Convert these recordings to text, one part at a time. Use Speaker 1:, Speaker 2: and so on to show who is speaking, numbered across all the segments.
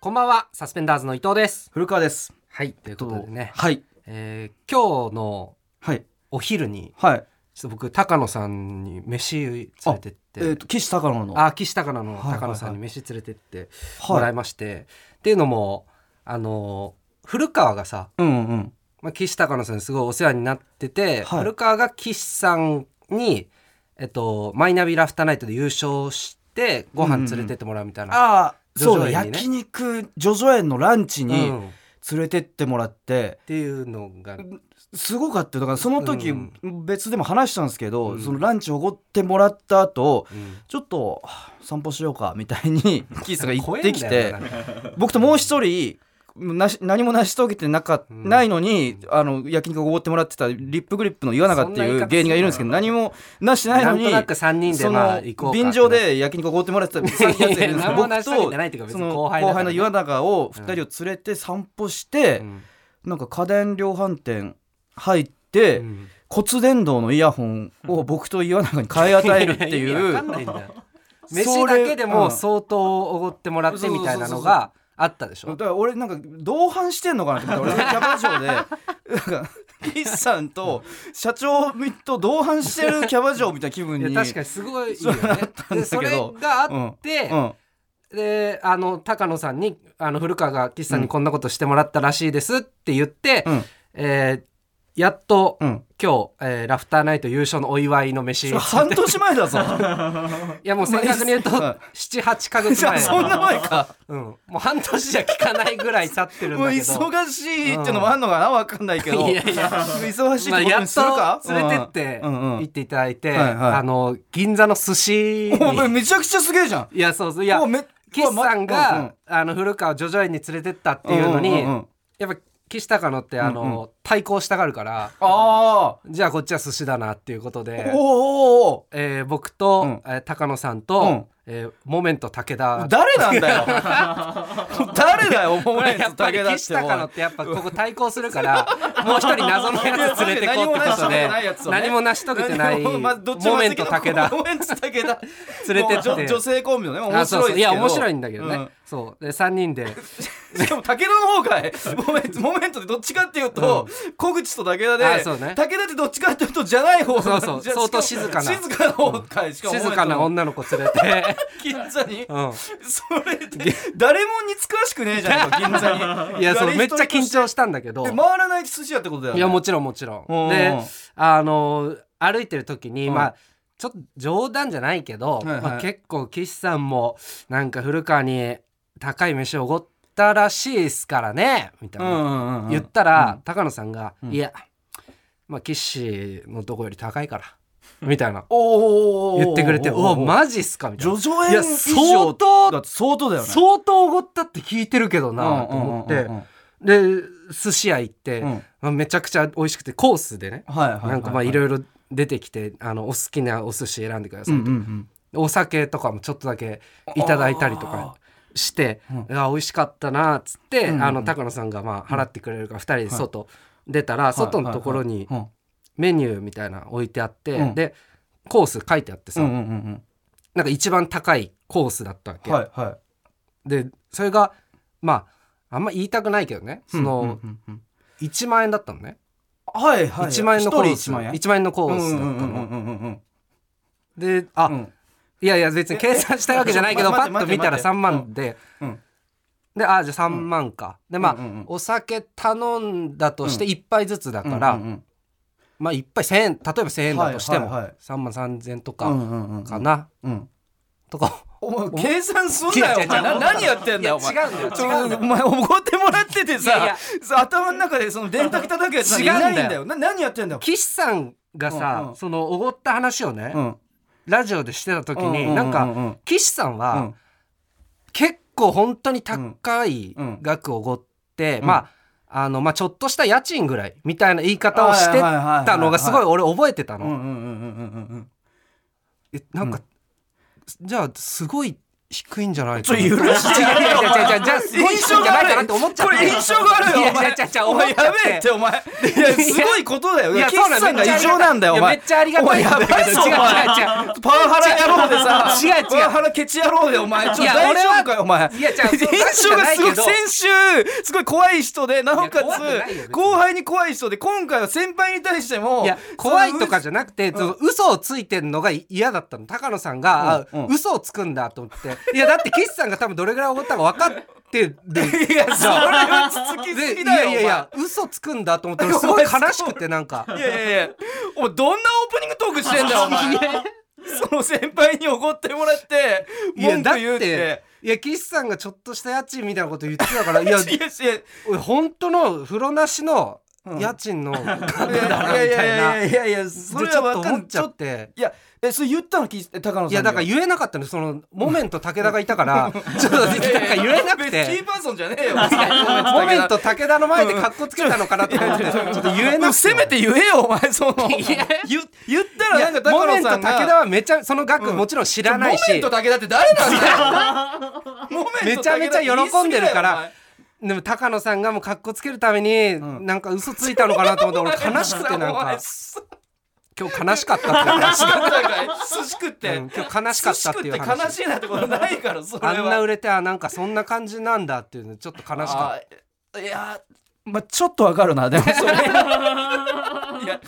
Speaker 1: こんばんは、サスペンダーズの伊藤です。
Speaker 2: 古川です。
Speaker 1: はい、ということでね、
Speaker 2: はい。
Speaker 1: えー今日の
Speaker 2: はい。
Speaker 1: お昼に、
Speaker 2: はい。
Speaker 1: ちょっと僕、高野さんに飯連れてっ
Speaker 2: え
Speaker 1: て、
Speaker 2: っ、と、岸高野の。
Speaker 1: あ、岸高野の
Speaker 2: はいはいはい
Speaker 1: 高野さんに飯連れてってもら
Speaker 2: はい
Speaker 1: まして、っていうのも、あのー、古川がさ、
Speaker 2: い。うんうん。
Speaker 1: まあ、岸高野さんにすごいお世話になってて、
Speaker 2: はい
Speaker 1: 古川が岸さんに、えっと、マイナビラフターナイトで優勝して、ご飯連れてってもらうみたいな。
Speaker 2: ああ、そうだ、
Speaker 1: 叙々苑にね
Speaker 2: 焼肉、ジョジョ園のランチ
Speaker 1: う
Speaker 2: に
Speaker 1: んっ
Speaker 2: 連れてってもらって、
Speaker 1: ていうのが、
Speaker 2: すごかったよ。だからその時、
Speaker 1: うん
Speaker 2: 別でも話したんですけど、
Speaker 1: うん
Speaker 2: そのランチおごってもらった後、
Speaker 1: うん
Speaker 2: ちょっとはあ散歩しようかみた いにキースが言ってき
Speaker 1: 怖えんだ
Speaker 2: て
Speaker 1: よななんか
Speaker 2: 僕ともう一人なし何も成し遂げてなか、
Speaker 1: うん
Speaker 2: ないのにあの焼肉をおごってもらってたリップグリップの岩永って
Speaker 1: そんな言い方する
Speaker 2: いう
Speaker 1: な
Speaker 2: 芸人がいるんですけど何もなしてないのに
Speaker 1: んとなく3人で
Speaker 2: そ
Speaker 1: まあ
Speaker 2: の
Speaker 1: 行こうか
Speaker 2: 便乗で焼肉を奢ってもらってた
Speaker 1: いやいや
Speaker 2: やつがいるんですけど
Speaker 1: 何も成し遂げてないっていうか別
Speaker 2: 僕とそ
Speaker 1: に
Speaker 2: の
Speaker 1: 後
Speaker 2: 後
Speaker 1: 輩だからね
Speaker 2: 輩の岩永を2人を連れて散歩して、
Speaker 1: うん
Speaker 2: なんか家電量販店入って、骨伝導のイヤホンを僕と岩永に買い与えるって
Speaker 1: 意味
Speaker 2: い
Speaker 1: わ
Speaker 2: う
Speaker 1: かん ないん だよ
Speaker 2: それ
Speaker 1: 飯だけで
Speaker 2: う
Speaker 1: も
Speaker 2: ん
Speaker 1: 相当おごってもらってみたいなのがあったでし
Speaker 2: だ
Speaker 1: ょ
Speaker 2: から俺なんか同伴してんのかなと思って俺キャバ嬢でなんか岸さんと社長と同伴してるキャバ嬢みたいな気分
Speaker 1: い
Speaker 2: に
Speaker 1: や確かにすごいいいよね
Speaker 2: そうなったんだけど
Speaker 1: でそれがあって、
Speaker 2: うん
Speaker 1: であの高野さんにあの古川が岸さんにこんなことしてもらったらしいですって言って、
Speaker 2: うん
Speaker 1: えーやっと、
Speaker 2: うん
Speaker 1: 今日、えーラフターナイト優勝のお祝いの飯
Speaker 2: そ
Speaker 1: い
Speaker 2: れ半年前 だぞ
Speaker 1: やもう正確に言うと
Speaker 2: うん
Speaker 1: 78か月
Speaker 2: じゃあ
Speaker 1: 前
Speaker 2: そんな前か
Speaker 1: うん、もう半年じゃ聞かないぐらい経ってるん
Speaker 2: もう
Speaker 1: だけど
Speaker 2: 忙しいってのもあんのかなわかんないけど
Speaker 1: いやいや
Speaker 2: 忙しい
Speaker 1: まあ、
Speaker 2: ってこと
Speaker 1: や
Speaker 2: にするか
Speaker 1: っと連れてって
Speaker 2: うんうんうん
Speaker 1: 行っていただいて、
Speaker 2: はいはい
Speaker 1: あの銀座の寿司
Speaker 2: お前
Speaker 1: に
Speaker 2: めちゃくちゃすげえじゃん
Speaker 1: いやそうそういや
Speaker 2: おめ
Speaker 1: 岸さんが、
Speaker 2: うんうん
Speaker 1: あの古川を叙々苑に連れてったっていうのに、
Speaker 2: んんんん
Speaker 1: やっぱ岸高野ってあの、
Speaker 2: うん
Speaker 1: 対抗したがるから
Speaker 2: あ
Speaker 1: じゃあこっちは寿司だなっていうこと
Speaker 2: あ
Speaker 1: で、
Speaker 2: おお
Speaker 1: えー僕と、
Speaker 2: うん
Speaker 1: えー高野さんと、
Speaker 2: うん
Speaker 1: えーモメント武田
Speaker 2: 誰なんだよ 誰だよお前
Speaker 1: やっぱり岸高野ってやっぱここ対抗するからもう一人謎のやつ連れてこうってことで何
Speaker 2: 何
Speaker 1: も
Speaker 2: も
Speaker 1: 成し遂げてない
Speaker 2: 何もまあどっちも
Speaker 1: モメント武 田
Speaker 2: モメント武田
Speaker 1: 連れてって
Speaker 2: もう女女性コンビのね面白い
Speaker 1: あ
Speaker 2: ですけ
Speaker 1: そうそ
Speaker 2: ど
Speaker 1: ういや面白いんだけど
Speaker 2: う
Speaker 1: ね
Speaker 2: ん
Speaker 1: そうで3人で
Speaker 2: しかも武田の方がモメントモメントってどっちかっていうと、小口と武田で、
Speaker 1: あそう
Speaker 2: 武
Speaker 1: ね
Speaker 2: 田ってどっちかっていうとじゃない方
Speaker 1: そうそう
Speaker 2: じゃ
Speaker 1: 相当
Speaker 2: しかも
Speaker 1: 静かな
Speaker 2: 静かな方かいしかも
Speaker 1: 静かな
Speaker 2: モメン
Speaker 1: 女の子連れて
Speaker 2: トの銀座に、
Speaker 1: うん
Speaker 2: それで誰も似つかわしくねえじゃんか銀座に
Speaker 1: いやそうめっちゃ緊
Speaker 2: で
Speaker 1: 張したんだけど
Speaker 2: 回らない寿司屋ってことだよ、ね、
Speaker 1: いやもちろんもちろ
Speaker 2: うんん
Speaker 1: であの歩いてる時に
Speaker 2: うん
Speaker 1: まあちょっと冗談じゃないけど、
Speaker 2: いはい
Speaker 1: まあ、結構岸さんもなんか古川に高い飯をおごったらしいですからねみたいな、
Speaker 2: うんうん
Speaker 1: 言ったら、高野さんが「
Speaker 2: うん
Speaker 1: いやまあ岸のとこより高いから」 みたいな
Speaker 2: お
Speaker 1: 言ってくれて「おお
Speaker 2: ジ
Speaker 1: マジっすか」みたいな
Speaker 2: 叙々
Speaker 1: い
Speaker 2: 苑
Speaker 1: や相当
Speaker 2: だって相当だよね
Speaker 1: 相当おごったって聞いてるけどなと思って、で寿司屋行って、
Speaker 2: うん
Speaker 1: まあめちゃくちゃ美味しくてコースでね、
Speaker 2: はいはいはい
Speaker 1: なんかまあいろいろ出てきてあのお好きなお寿司選んでください、
Speaker 2: うんうんうん
Speaker 1: お酒とかもちょっとだけいただいたりとかして
Speaker 2: あ
Speaker 1: 「
Speaker 2: ー
Speaker 1: いや美味しかったな」っつって、
Speaker 2: うんうん
Speaker 1: あの高野さんがまあ払ってくれるから2人で外出たら、外のところに
Speaker 2: うん
Speaker 1: メニューみたいなの置いてあって、
Speaker 2: うん
Speaker 1: でコース書いてあって
Speaker 2: う
Speaker 1: さ、
Speaker 2: んうんうん
Speaker 1: なんか一番高いコースだったわ
Speaker 2: う
Speaker 1: け、
Speaker 2: んはいはい
Speaker 1: でそれがまああんま言いたくないけどねその、
Speaker 2: うんうんうんうん
Speaker 1: 1万円だったのね、
Speaker 2: はいはい
Speaker 1: 1万円のコー
Speaker 2: 一
Speaker 1: ス
Speaker 2: 人一万円
Speaker 1: 1万円のコ
Speaker 2: う
Speaker 1: ー
Speaker 2: ん
Speaker 1: スだったの、
Speaker 2: うんうんうんうんうん
Speaker 1: であ、
Speaker 2: うん
Speaker 1: いやいや別に計算したいわけじゃないけど
Speaker 2: え
Speaker 1: パ
Speaker 2: 待っ
Speaker 1: ッ
Speaker 2: て
Speaker 1: と見たら
Speaker 2: 待って
Speaker 1: 3万で、
Speaker 2: うん
Speaker 1: であじゃあ3万か、でまあ、
Speaker 2: うんうんうん
Speaker 1: お酒頼んだとして
Speaker 2: う
Speaker 1: 1杯ずつだから、
Speaker 2: うんうん
Speaker 1: まあ1杯1000円例えば1000円だとしても、
Speaker 2: はいはいはい
Speaker 1: 3万3000円と
Speaker 2: う
Speaker 1: か
Speaker 2: んうんうん
Speaker 1: かな、
Speaker 2: うん
Speaker 1: とか
Speaker 2: お前計算すんなよ
Speaker 1: 違う違う違う
Speaker 2: お前な何やってん
Speaker 1: いや
Speaker 2: だ
Speaker 1: 違
Speaker 2: よお前
Speaker 1: うんだよ違
Speaker 2: ちょ
Speaker 1: うんだよ
Speaker 2: お前おごってもらってて
Speaker 1: いやいや
Speaker 2: ささ頭の中でその電卓叩くやつなんていないんだ
Speaker 1: 違う
Speaker 2: よな何やってんだよ
Speaker 1: 岸さんがさ、
Speaker 2: うんうん
Speaker 1: そのおごった話をね、
Speaker 2: うん
Speaker 1: ラジオでしてた時に、
Speaker 2: ううう
Speaker 1: なん
Speaker 2: う
Speaker 1: か
Speaker 2: ん
Speaker 1: 岸さんは、
Speaker 2: うん
Speaker 1: 結構本当に高い額をおごって、
Speaker 2: うん
Speaker 1: まああのまあちょっとした家賃ぐらいみたいな言い方をしてたのがすごい俺覚えてた
Speaker 2: うんう
Speaker 1: の。
Speaker 2: んうんうんうんうん
Speaker 1: えなんか、じゃあすごい低いんじゃない
Speaker 2: ちょ
Speaker 1: かな
Speaker 2: 許して
Speaker 1: いやいやいやいやじゃあすごい
Speaker 2: 印象
Speaker 1: 低いんじゃ
Speaker 2: が
Speaker 1: ない
Speaker 2: 悪い
Speaker 1: かなって思っちゃっ
Speaker 2: こ
Speaker 1: た
Speaker 2: れ印象が悪いよお
Speaker 1: い
Speaker 2: 前
Speaker 1: やちゃちゃ
Speaker 2: お前
Speaker 1: 思っちゃって
Speaker 2: やべえってお前いやすごいことだよ
Speaker 1: いや
Speaker 2: 岸さんが異常なんだよお
Speaker 1: いやめ
Speaker 2: 前
Speaker 1: っちゃありがたいんだけど
Speaker 2: お前やばいぞ
Speaker 1: 違う
Speaker 2: お前
Speaker 1: 違う違う
Speaker 2: パワハラ野郎で
Speaker 1: 違
Speaker 2: さ
Speaker 1: う違う
Speaker 2: パワハラケチ野郎でお前ちょっと
Speaker 1: いや
Speaker 2: 大丈夫かよお前
Speaker 1: いやじゃあそう
Speaker 2: 印象がす
Speaker 1: そ
Speaker 2: ご
Speaker 1: うじ
Speaker 2: く
Speaker 1: ゃない
Speaker 2: 先週すごい怖い人でなおか
Speaker 1: いや怖くないよ別
Speaker 2: つ
Speaker 1: に
Speaker 2: 後輩に怖い人で今回は先輩に対しても
Speaker 1: いや怖いとか
Speaker 2: じ
Speaker 1: じゃなくて、その嘘をついてるのが嫌だったの高野さんが、
Speaker 2: うん
Speaker 1: あ
Speaker 2: うん
Speaker 1: 嘘をつくんだと思っていやだって岸さんが多分どれぐらい怒ったか分かってる
Speaker 2: いやそれは続きす
Speaker 1: で
Speaker 2: ぎ
Speaker 1: い
Speaker 2: だ
Speaker 1: や
Speaker 2: よ
Speaker 1: いやいや嘘つくんだと思って俺すごい悲しくてなんか
Speaker 2: お前いやいやいやお前どんなオープニングトークしてんだよお前その先輩に怒ってもらって
Speaker 1: いや
Speaker 2: 文
Speaker 1: だっ
Speaker 2: 句言うってて
Speaker 1: いや岸さんがちょっとした家賃みたいなこと言ってたからいや
Speaker 2: いやいやい
Speaker 1: 俺本当の風呂なしの家賃の額だなみ
Speaker 2: やいや
Speaker 1: た
Speaker 2: い
Speaker 1: いな。
Speaker 2: やいやいや
Speaker 1: で
Speaker 2: それ
Speaker 1: ち
Speaker 2: は
Speaker 1: ょっと
Speaker 2: 分か
Speaker 1: 思
Speaker 2: ん
Speaker 1: っ
Speaker 2: い
Speaker 1: ちゃって。
Speaker 2: いやえそれ言ったの聞いて高野さん
Speaker 1: いやだから
Speaker 2: 言
Speaker 1: 言えなかったのそのモメント武田がいたからちょっとなんか言えなく
Speaker 2: キ
Speaker 1: て
Speaker 2: ーパーソンじゃねえ よ
Speaker 1: モメント武田の前で格好つけたのかなと思ってちょっと言えなくて
Speaker 2: せめて言えよお前その言言ったら
Speaker 1: いや
Speaker 2: なんか
Speaker 1: モ
Speaker 2: 高
Speaker 1: メ
Speaker 2: 野
Speaker 1: ント
Speaker 2: さ
Speaker 1: 武
Speaker 2: ん
Speaker 1: 田
Speaker 2: が
Speaker 1: はめちゃその額もちろん知らない
Speaker 2: モメン
Speaker 1: し
Speaker 2: トだけだって誰なんだよ
Speaker 1: めちゃめちゃ喜んでるから
Speaker 2: モメントだけだって言い過ぎだよお前
Speaker 1: でも高野さんがもう格好つけるために
Speaker 2: ん
Speaker 1: なんか嘘ついたのかなと思って俺悲しくてなんか今日悲しかったっていう 話
Speaker 2: 涼しくっ
Speaker 1: う
Speaker 2: て
Speaker 1: ん今日悲しかったっていう
Speaker 2: 涼しく悲
Speaker 1: 話
Speaker 2: しいなってことないからそれは
Speaker 1: あんな売れてあなんかそんな感じなんだっていうのちょっと悲しかっ
Speaker 2: あーいやーまあちょっとわかるな でもそれいや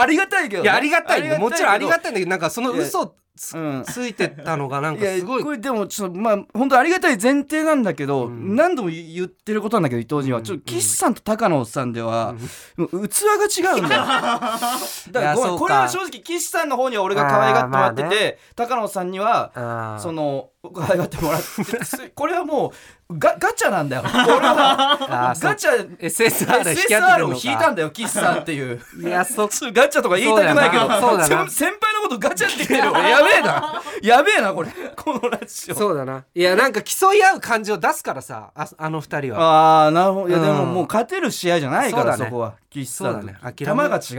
Speaker 2: ありがたいけ
Speaker 1: たい
Speaker 2: どね、
Speaker 1: やありがたいんだよもちろんありが
Speaker 2: たい
Speaker 1: たいんだけどなんかその嘘をつ
Speaker 2: けどうん
Speaker 1: ついてったのがなん
Speaker 2: い
Speaker 1: か
Speaker 2: や
Speaker 1: すごい
Speaker 2: これでもちょっとまあ本当ありがたい前提なんだけど、
Speaker 1: うん
Speaker 2: 何度も言ってることなんだけど伊藤にはちょっと岸さんと高野さんでは、もう器が違う んだよだから
Speaker 1: いや
Speaker 2: ごめ
Speaker 1: そ
Speaker 2: ん
Speaker 1: うか
Speaker 2: これは正直岸さんの方には俺が可愛がってもらってて、
Speaker 1: あーまあ
Speaker 2: 高野さんには
Speaker 1: あー
Speaker 2: その可愛がってもらって てすこれはもうガガチャなんだよこれは
Speaker 1: あ ーそう
Speaker 2: ガチャ
Speaker 1: SSR 引き当て
Speaker 2: SSR
Speaker 1: る
Speaker 2: を
Speaker 1: の
Speaker 2: 引いた
Speaker 1: か
Speaker 2: んだよ岸さんっていう。
Speaker 1: いやそっ
Speaker 2: そうガチャとか言いたくないけど
Speaker 1: そうだなそうだな
Speaker 2: せ先輩のことガチャって 言ってるよ俺やべえなやべえなこれ このラジオ
Speaker 1: そうだないやなんか競い合う感じを出すからさああの二人は
Speaker 2: ああなるほどいや
Speaker 1: うん
Speaker 2: でももう勝てる試合じゃないか
Speaker 1: そう
Speaker 2: ら
Speaker 1: だね
Speaker 2: そこは岸
Speaker 1: そ
Speaker 2: さ
Speaker 1: うんだ
Speaker 2: と
Speaker 1: ね
Speaker 2: 球が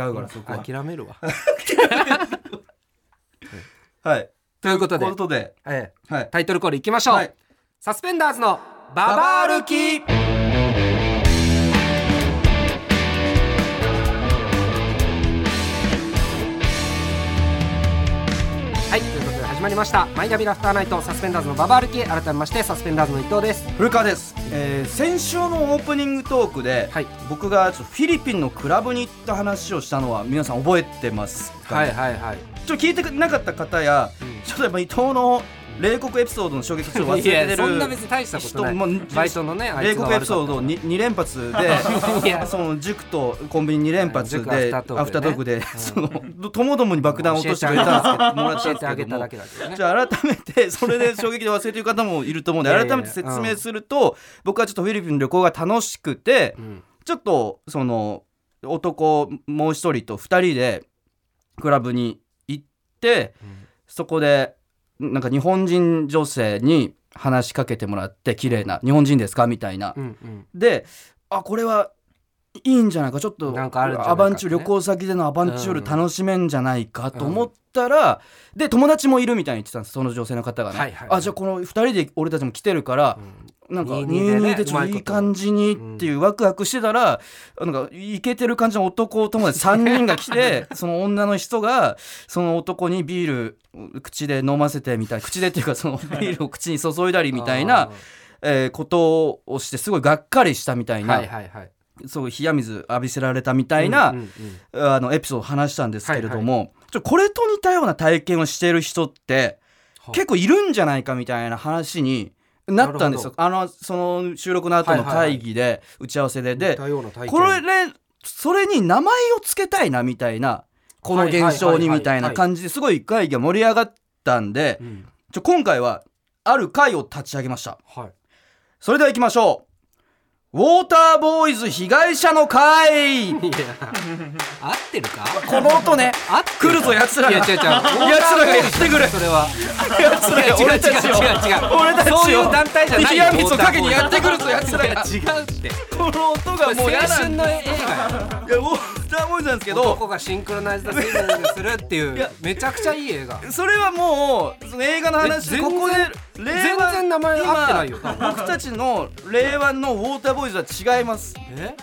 Speaker 2: 違うからそこは
Speaker 1: 諦める わ
Speaker 2: はい
Speaker 1: ということ
Speaker 2: とい
Speaker 1: で
Speaker 2: うことで
Speaker 1: ええ
Speaker 2: はい
Speaker 1: タイトルコールいきましょう、
Speaker 2: はい
Speaker 1: サスペンダーズのババ歩きはいということで始まりましたマイナビラフターナイトサスペンダーズのババ歩き改めましてサスペンダーズの伊藤です
Speaker 2: 古川です、えー先週のオープニングトークで、
Speaker 1: はい
Speaker 2: 僕がちょっとフィリピンのクラブに行った話をしたのは皆さん覚えてますか、ね
Speaker 1: はいはい
Speaker 2: ちょっと聞いてなかった方や、
Speaker 1: うん
Speaker 2: ちょっとやっぱ伊藤の冷酷エピソードの衝撃ちょっと忘れ
Speaker 1: いや
Speaker 2: てる
Speaker 1: そんな別に大したことない
Speaker 2: 人も
Speaker 1: バイトのねあい
Speaker 2: 冷
Speaker 1: つの
Speaker 2: 酷エピソード 2, 連発
Speaker 1: い
Speaker 2: で
Speaker 1: や
Speaker 2: その塾とコンビニ2連発
Speaker 1: 塾アフ
Speaker 2: で
Speaker 1: タ
Speaker 2: ア
Speaker 1: ートークでね
Speaker 2: フタートークでそのともどもに爆弾を落としてくれたんですけどもらっ
Speaker 1: 教え
Speaker 2: たんで
Speaker 1: て
Speaker 2: す
Speaker 1: あ
Speaker 2: け
Speaker 1: げた
Speaker 2: ども
Speaker 1: だけだけどね
Speaker 2: じゃあ改めてそれで衝撃で忘れてる方もいると思うんで
Speaker 1: いやいやいや
Speaker 2: 改めて説明すると僕はちょっとフィリピンの旅行が楽しくて
Speaker 1: うん
Speaker 2: ちょっとその男もう一人と2人でクラブに行って
Speaker 1: うん
Speaker 2: そこでなんか日本人女性に話しかけてもらって綺麗な日本人ですかみたいな
Speaker 1: うんうん
Speaker 2: であこれはいいんじゃないかちょっと
Speaker 1: なんかあるんじゃないかってね
Speaker 2: アバンチュール旅行先でのアバンチュール楽しめんじゃないかと思ったら、で友達もいるみたいに言ってたんですその女性の方がね、
Speaker 1: はいはい
Speaker 2: あじゃあこの2人で俺たちも来てるから、なんか
Speaker 1: 22で
Speaker 2: 22で,、
Speaker 1: ね
Speaker 2: ちょっといい感じにっていうワクワクしてたら、なんかイケてる感じの男友達3人が 来てその女の人がその男にビール口で飲ませてみたい口でっていうかそのビールを口に注いだりみたいな
Speaker 1: あ。
Speaker 2: えーことをしてすごいがっかりしたみたい
Speaker 1: ー
Speaker 2: な、
Speaker 1: はいはいはい
Speaker 2: そう冷や水浴びせられたみたいな、
Speaker 1: うんうんうん
Speaker 2: あのエピソードを話したんですけれども、ちょこれと似たような体験をしている人って
Speaker 1: はあ
Speaker 2: 結構いるんじゃないかみたいな話になったんですよあのその収録の後の会議で、打ち合わせでで
Speaker 1: 似たような体験
Speaker 2: これそれに名前を付けたいなみたいなこの現象にみたいな感じですごい会議が盛り上がったんで
Speaker 1: うん
Speaker 2: ちょ今回はある会を立ち上げました。
Speaker 1: はい
Speaker 2: それでは行きましょう。ウォーターボーイズ被害者の
Speaker 1: い
Speaker 2: 会
Speaker 1: や合ってるか
Speaker 2: この音ね。
Speaker 1: 合ってか
Speaker 2: 来るぞ奴らが
Speaker 1: いや違う違う
Speaker 2: 奴らがやってくる
Speaker 1: それは
Speaker 2: 奴らが俺たちを。俺たちを
Speaker 1: そういう団体じゃないよ
Speaker 2: 冷や水をかけにやってくるぞ奴らが
Speaker 1: いや違うって
Speaker 2: この音がもう
Speaker 1: もう
Speaker 2: や
Speaker 1: 青
Speaker 2: だ。
Speaker 1: 春の映画
Speaker 2: いやウォータなもんなんですけど
Speaker 1: 男がシンクロナイズドスイミングするってい
Speaker 2: いや
Speaker 1: うめちゃくちゃいい映画
Speaker 2: それはもうその映画の話で
Speaker 1: え
Speaker 2: ここで
Speaker 1: 全然全然名前合ってないよ多
Speaker 2: 今僕たちの令和のウォーターボーイズは違います
Speaker 1: え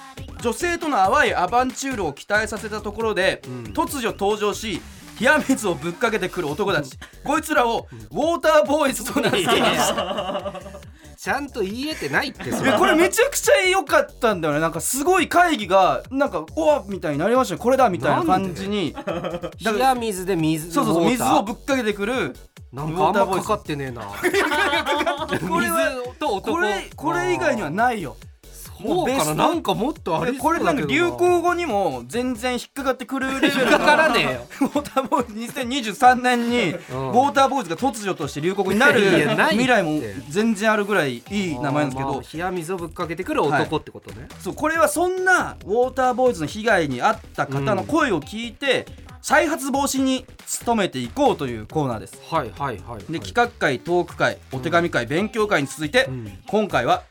Speaker 2: 女性との淡いアバンチュールを期待させたところで、
Speaker 1: ん
Speaker 2: 突如登場し冷や水をぶっかけてくる男たち、こいつらをウォーターボーイズと名付けました
Speaker 1: ちゃんと言えてないってそ
Speaker 2: い
Speaker 1: れ
Speaker 2: やこれめちゃくちゃ良かったんだよねなんかすごい会議がなんかおわみたいになりましたよこれだみたいな感じに
Speaker 1: 冷や水で水
Speaker 2: そうそうそう水を
Speaker 1: ウォー
Speaker 2: ぶっかけてくる
Speaker 1: ターなんかあんまかかってねえ な
Speaker 2: これは
Speaker 1: 水と男
Speaker 2: これこれ以外にはないよ
Speaker 1: そうかななんかもっとあり
Speaker 2: こ
Speaker 1: そう
Speaker 2: れな
Speaker 1: だ
Speaker 2: ん
Speaker 1: け
Speaker 2: か
Speaker 1: ど
Speaker 2: 流行語にも全然引っかかってくるレベル
Speaker 1: 引っかからねえよ
Speaker 2: ウォーターボーイズ2023年にウォーターボーイズが突如として流行語になる
Speaker 1: いやないって
Speaker 2: 未来も全然あるぐらいいい名前なんですけ
Speaker 1: まあま
Speaker 2: ど
Speaker 1: あ冷や水をぶっかけてくる男ってことね
Speaker 2: そうこれはそんなウォーターボーイズの被害に遭った方の声を聞いて、再発防止に努めていこうというコーナーです
Speaker 1: はいはいはいはい
Speaker 2: で企画会トーク会お手紙会、勉強会に続いて、
Speaker 1: うん
Speaker 2: 今回は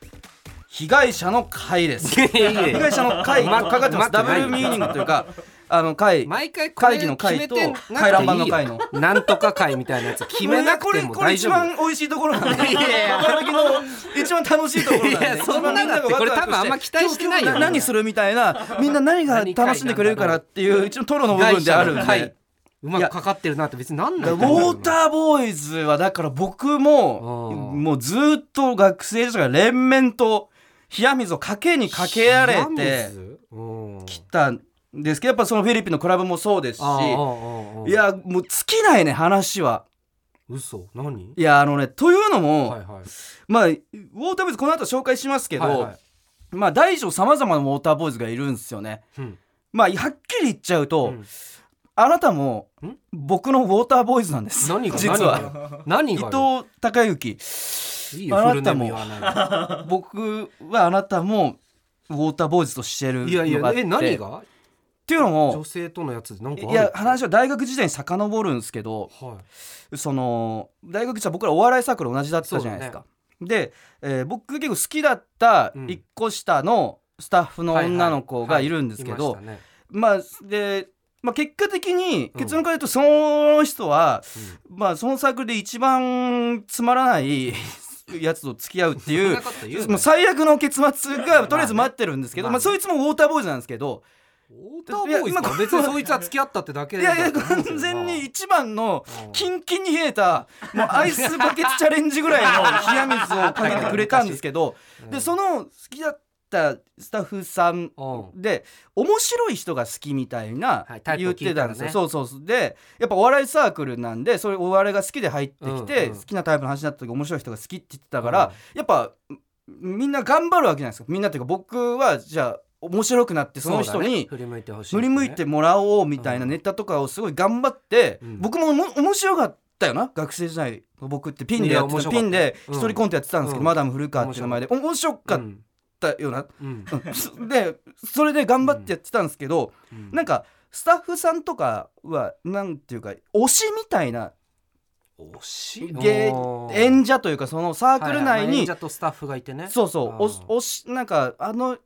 Speaker 2: 被害者の会です
Speaker 1: いやいやい
Speaker 2: 被
Speaker 1: や
Speaker 2: 害者の会
Speaker 1: ま
Speaker 2: かかってます
Speaker 1: ま
Speaker 2: ダブルミーニングというかあの会
Speaker 1: 毎回これ
Speaker 2: 会議の会と
Speaker 1: 決めてなくていいよ
Speaker 2: 回覧板の会の
Speaker 1: なんとか会みたいなやつ決めなくても
Speaker 2: これこれ
Speaker 1: 大
Speaker 2: 一
Speaker 1: 丈夫
Speaker 2: 番美味しいところなんで
Speaker 1: いやいや
Speaker 2: 働きの一番楽しいところなん
Speaker 1: い
Speaker 2: で
Speaker 1: やそんなだって
Speaker 2: 一番みがワクワク
Speaker 1: これ多分あんま期待してないよ
Speaker 2: 今日今日何するみたいなみんな何が楽しんでくれるかなっていう一応トロの部分であるん
Speaker 1: 被害者の
Speaker 2: で
Speaker 1: 会うまくかかってるなって別になん
Speaker 2: ウ
Speaker 1: ない
Speaker 2: ォーターボーイズはだから僕も
Speaker 1: うん
Speaker 2: もうずっと学生時代から連綿と冷や水をかけにかけられて
Speaker 1: うん
Speaker 2: きたんですけどやっぱそのフィリピンのクラブもそうですし
Speaker 1: ああああああ
Speaker 2: いやもう尽きないね話は。
Speaker 1: 嘘何
Speaker 2: いやあのねというのも、
Speaker 1: はいはい
Speaker 2: まあウォーターボーイズこの後紹介しますけど、
Speaker 1: はいはい
Speaker 2: まあ大小さまざまなウォーターボーイズがいるんですよね。
Speaker 1: うん
Speaker 2: まあはっきり言っちゃう
Speaker 1: う
Speaker 2: と、
Speaker 1: ん
Speaker 2: あなたも
Speaker 1: ん
Speaker 2: 僕のウォーターボーイズなんです。
Speaker 1: 何が
Speaker 2: 実は
Speaker 1: 何
Speaker 2: 伊
Speaker 1: が
Speaker 2: 藤孝之
Speaker 1: 伊藤いいよ
Speaker 2: あなた
Speaker 1: フルネーム言わな
Speaker 2: 僕はあなたもウォーターボーイズとしてる
Speaker 1: いいやい
Speaker 2: のが
Speaker 1: や
Speaker 2: あって
Speaker 1: え何が
Speaker 2: っていうの
Speaker 1: 女
Speaker 2: も
Speaker 1: 性とのやつでなんかある
Speaker 2: いや話は大学時代に遡るんですけど、
Speaker 1: はい
Speaker 2: その大学時代僕らお笑いサークル同じだったじゃないですか。で、えー僕が結構好きだった
Speaker 1: うん
Speaker 2: 一個下のスタッフの女の子がいるんですけど、
Speaker 1: はいはいいま
Speaker 2: まあで、まあ、結果的に
Speaker 1: うん
Speaker 2: 結論から言うとその人は、
Speaker 1: したね
Speaker 2: まあそのサークルで一番つまらない やつと付き合うって
Speaker 1: うんそん
Speaker 2: いう
Speaker 1: な。こと言う
Speaker 2: も
Speaker 1: な
Speaker 2: う最悪の結末がとりあえず待ってるんですけど、
Speaker 1: まあ
Speaker 2: ま
Speaker 1: ね
Speaker 2: あそいつもウォーターボーイズなんですけど、
Speaker 1: ウォーターボーイズ
Speaker 2: いや
Speaker 1: か
Speaker 2: 今
Speaker 1: 別にそいつは付き合ったってだけ
Speaker 2: いやいや
Speaker 1: だと思うけど
Speaker 2: 完
Speaker 1: な
Speaker 2: 全に一番の
Speaker 1: うん
Speaker 2: キンキンに冷えたもうアイスバケツチャレンジぐらいの冷や水をかけてくれたんですけど
Speaker 1: うん
Speaker 2: でその好きだったスタッフさん
Speaker 1: うん
Speaker 2: で面白い人が好きみたいな
Speaker 1: はいタイプ
Speaker 2: 言
Speaker 1: を
Speaker 2: っ
Speaker 1: 聞
Speaker 2: て
Speaker 1: い
Speaker 2: た
Speaker 1: た
Speaker 2: ん
Speaker 1: ら
Speaker 2: で
Speaker 1: ね
Speaker 2: すよ、そうそうそうでやっぱお笑いサークルなんでそれお笑いが好きで入ってきて、
Speaker 1: うんうん
Speaker 2: 好きなタイプの話になった時面白い人が好きって言ってたから、やっぱみんな頑張るわけじゃないですかみんなっていうか僕はじゃあ面白くなってその人
Speaker 1: うだね
Speaker 2: に
Speaker 1: 振り向いてほしい
Speaker 2: 振り向いてもらおうみたいなネタとかをすごい頑張って、
Speaker 1: うん
Speaker 2: 僕もおも面白かったよな学生時代の僕ってピンでやって
Speaker 1: いや面
Speaker 2: た
Speaker 1: 白か
Speaker 2: ピ
Speaker 1: った
Speaker 2: ンで
Speaker 1: うん
Speaker 2: 一人コントやってたんですけど、
Speaker 1: うん
Speaker 2: マダム古川っていう名前で面白かっ
Speaker 1: うん
Speaker 2: たような、
Speaker 1: うん
Speaker 2: うんでそれで頑張ってやってたんですけど、
Speaker 1: うん
Speaker 2: なんかスタッフさんとかはなんていうか推しみたいな
Speaker 1: 惜しい
Speaker 2: 芸
Speaker 1: うん
Speaker 2: 演者というかそのサークル
Speaker 1: はい
Speaker 2: 内
Speaker 1: はい演
Speaker 2: に
Speaker 1: 者とスタッフがいてね
Speaker 2: そうそうおしおしなんかあの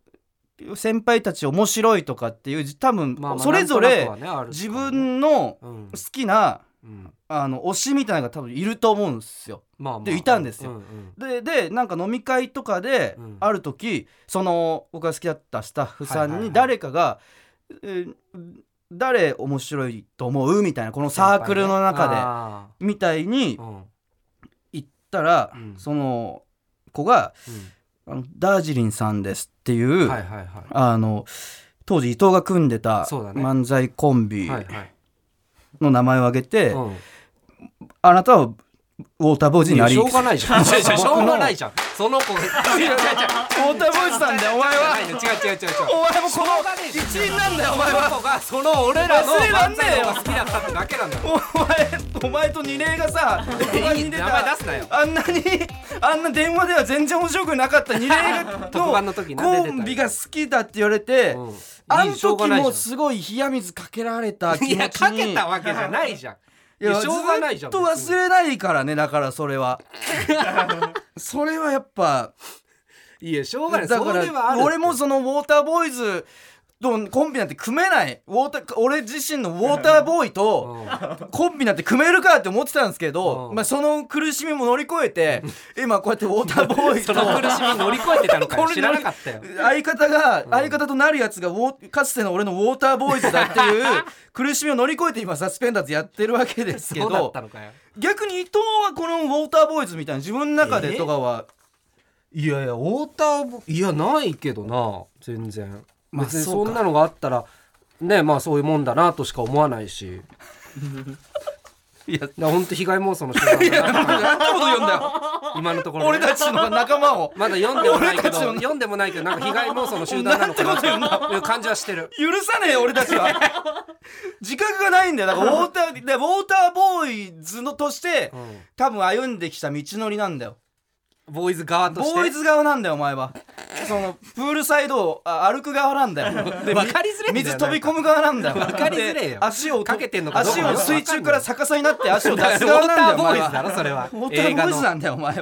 Speaker 2: 先輩たち面白いとかっていう多分
Speaker 1: まあまあ
Speaker 2: それぞれ
Speaker 1: なんとなくはねある
Speaker 2: 自分の
Speaker 1: うん
Speaker 2: 好きな
Speaker 1: うん
Speaker 2: あの推しみたいなのが多分いると思うんですよ。
Speaker 1: まあまあ
Speaker 2: でいたんです
Speaker 1: う
Speaker 2: よ
Speaker 1: うん
Speaker 2: ででなんか飲み会とかで、
Speaker 1: うん
Speaker 2: ある時その僕が好きだったスタッフさ
Speaker 1: はい
Speaker 2: ん
Speaker 1: はいは
Speaker 2: に
Speaker 1: い
Speaker 2: 誰かが「えー誰面白いと思う?」みたいなこのサークルの中で、
Speaker 1: あ
Speaker 2: みたいに
Speaker 1: ーうん
Speaker 2: 言ったら、
Speaker 1: うん
Speaker 2: その子が「あのダージリンさんです」っていう、
Speaker 1: うんはいはいは
Speaker 2: あの当時伊藤が組んでた
Speaker 1: そうだね
Speaker 2: 漫才コンビ
Speaker 1: いはいはい
Speaker 2: の名前を挙げて「
Speaker 1: うん
Speaker 2: あなたはウォーターボーイズになり」
Speaker 1: しょうがないじ ゃんしょうがないじゃんその子が違う違う違う
Speaker 2: ウォーターボーイズさんでお前は
Speaker 1: 違う違う違う違う
Speaker 2: お前もこの
Speaker 1: しょうがねえ
Speaker 2: 一員なんだよお前は
Speaker 1: その子がその俺らの
Speaker 2: 忘れらん
Speaker 1: 漫
Speaker 2: ねえ
Speaker 1: 才
Speaker 2: よ
Speaker 1: の方が好きだったってだけなんだよ
Speaker 2: お前お前と二例が さお前に出
Speaker 1: 名前出すなよ
Speaker 2: たあんなにあんな電話では全然面白くなかった二例が
Speaker 1: 特番の時な
Speaker 2: コンビが好きだって言われて、
Speaker 1: うん
Speaker 2: あ
Speaker 1: い
Speaker 2: の
Speaker 1: いしょうが
Speaker 2: 時
Speaker 1: ないじゃ
Speaker 2: も
Speaker 1: ん
Speaker 2: すごい冷や水かけられた気持ちに
Speaker 1: いやかけたわけじゃないじゃん
Speaker 2: いや
Speaker 1: いやしょうがないじゃん
Speaker 2: ずっと忘れないからねだからそ れはそれはやっぱ
Speaker 1: いやしょうがない
Speaker 2: だか
Speaker 1: それはある
Speaker 2: ら俺もそのウォーターボーイズとコンビなんて組めないウォーター俺自身のウォーターボーイとコンビなんて組めるかって思ってたんですけど、
Speaker 1: うん
Speaker 2: まあ、その苦しみも乗り越 えて今こうやってウォーターボーイ
Speaker 1: そ
Speaker 2: と
Speaker 1: の苦しみ乗り越えてたの かよ知らなかったよ
Speaker 2: 相方が、相方となるやつがウォーかつての俺のウォーターボーイズだっていう 苦しみを乗り越えて今サスペンダーズやってるわけですけ
Speaker 1: そうだっ
Speaker 2: ど
Speaker 1: たのかよ
Speaker 2: 逆に伊藤はこのウォーターボーイズみたいな自分の中でとかは、
Speaker 1: いやいやウォーターボいやないけどな全然
Speaker 2: まあ
Speaker 1: 別に
Speaker 2: そ
Speaker 1: そ
Speaker 2: うか
Speaker 1: んなのがあったらねまあそういうもんだなとしか思わない し
Speaker 2: いや
Speaker 1: だからほんと被害妄想の集団だな
Speaker 2: なんてこと言うんだよ
Speaker 1: 今のところね、
Speaker 2: 俺たちの仲間を
Speaker 1: まだ読んでもないけど
Speaker 2: 俺たちの
Speaker 1: 読んでもないけどなんか被害妄想の集団なのか
Speaker 2: なんてこと言うん
Speaker 1: なという感じはしてる
Speaker 2: 許さねえよ俺た ちは自覚がないんだよだからウォーターでウォーターボーイズのとして、
Speaker 1: ん
Speaker 2: 多分歩んできた道のりなんだよ
Speaker 1: ボーイズ側として
Speaker 2: ボーイズ側なんだよお前はそのプールサイドをあ歩く側なんだよで
Speaker 1: わかりづれえんだよ
Speaker 2: 水飛び込む側なんだよ
Speaker 1: わかりづれえよ
Speaker 2: で足を
Speaker 1: かけてんのかどう
Speaker 2: 足
Speaker 1: かも
Speaker 2: を
Speaker 1: よくわかんない
Speaker 2: 水中から逆さになって足を出
Speaker 1: だから
Speaker 2: す
Speaker 1: ウォ
Speaker 2: 側
Speaker 1: ータ
Speaker 2: なん
Speaker 1: ー
Speaker 2: だ
Speaker 1: ボ
Speaker 2: よ
Speaker 1: ーイ
Speaker 2: お前
Speaker 1: ズだ
Speaker 2: は
Speaker 1: ろそれは
Speaker 2: ウォーターボーイズ
Speaker 1: 映画
Speaker 2: なんだよお前は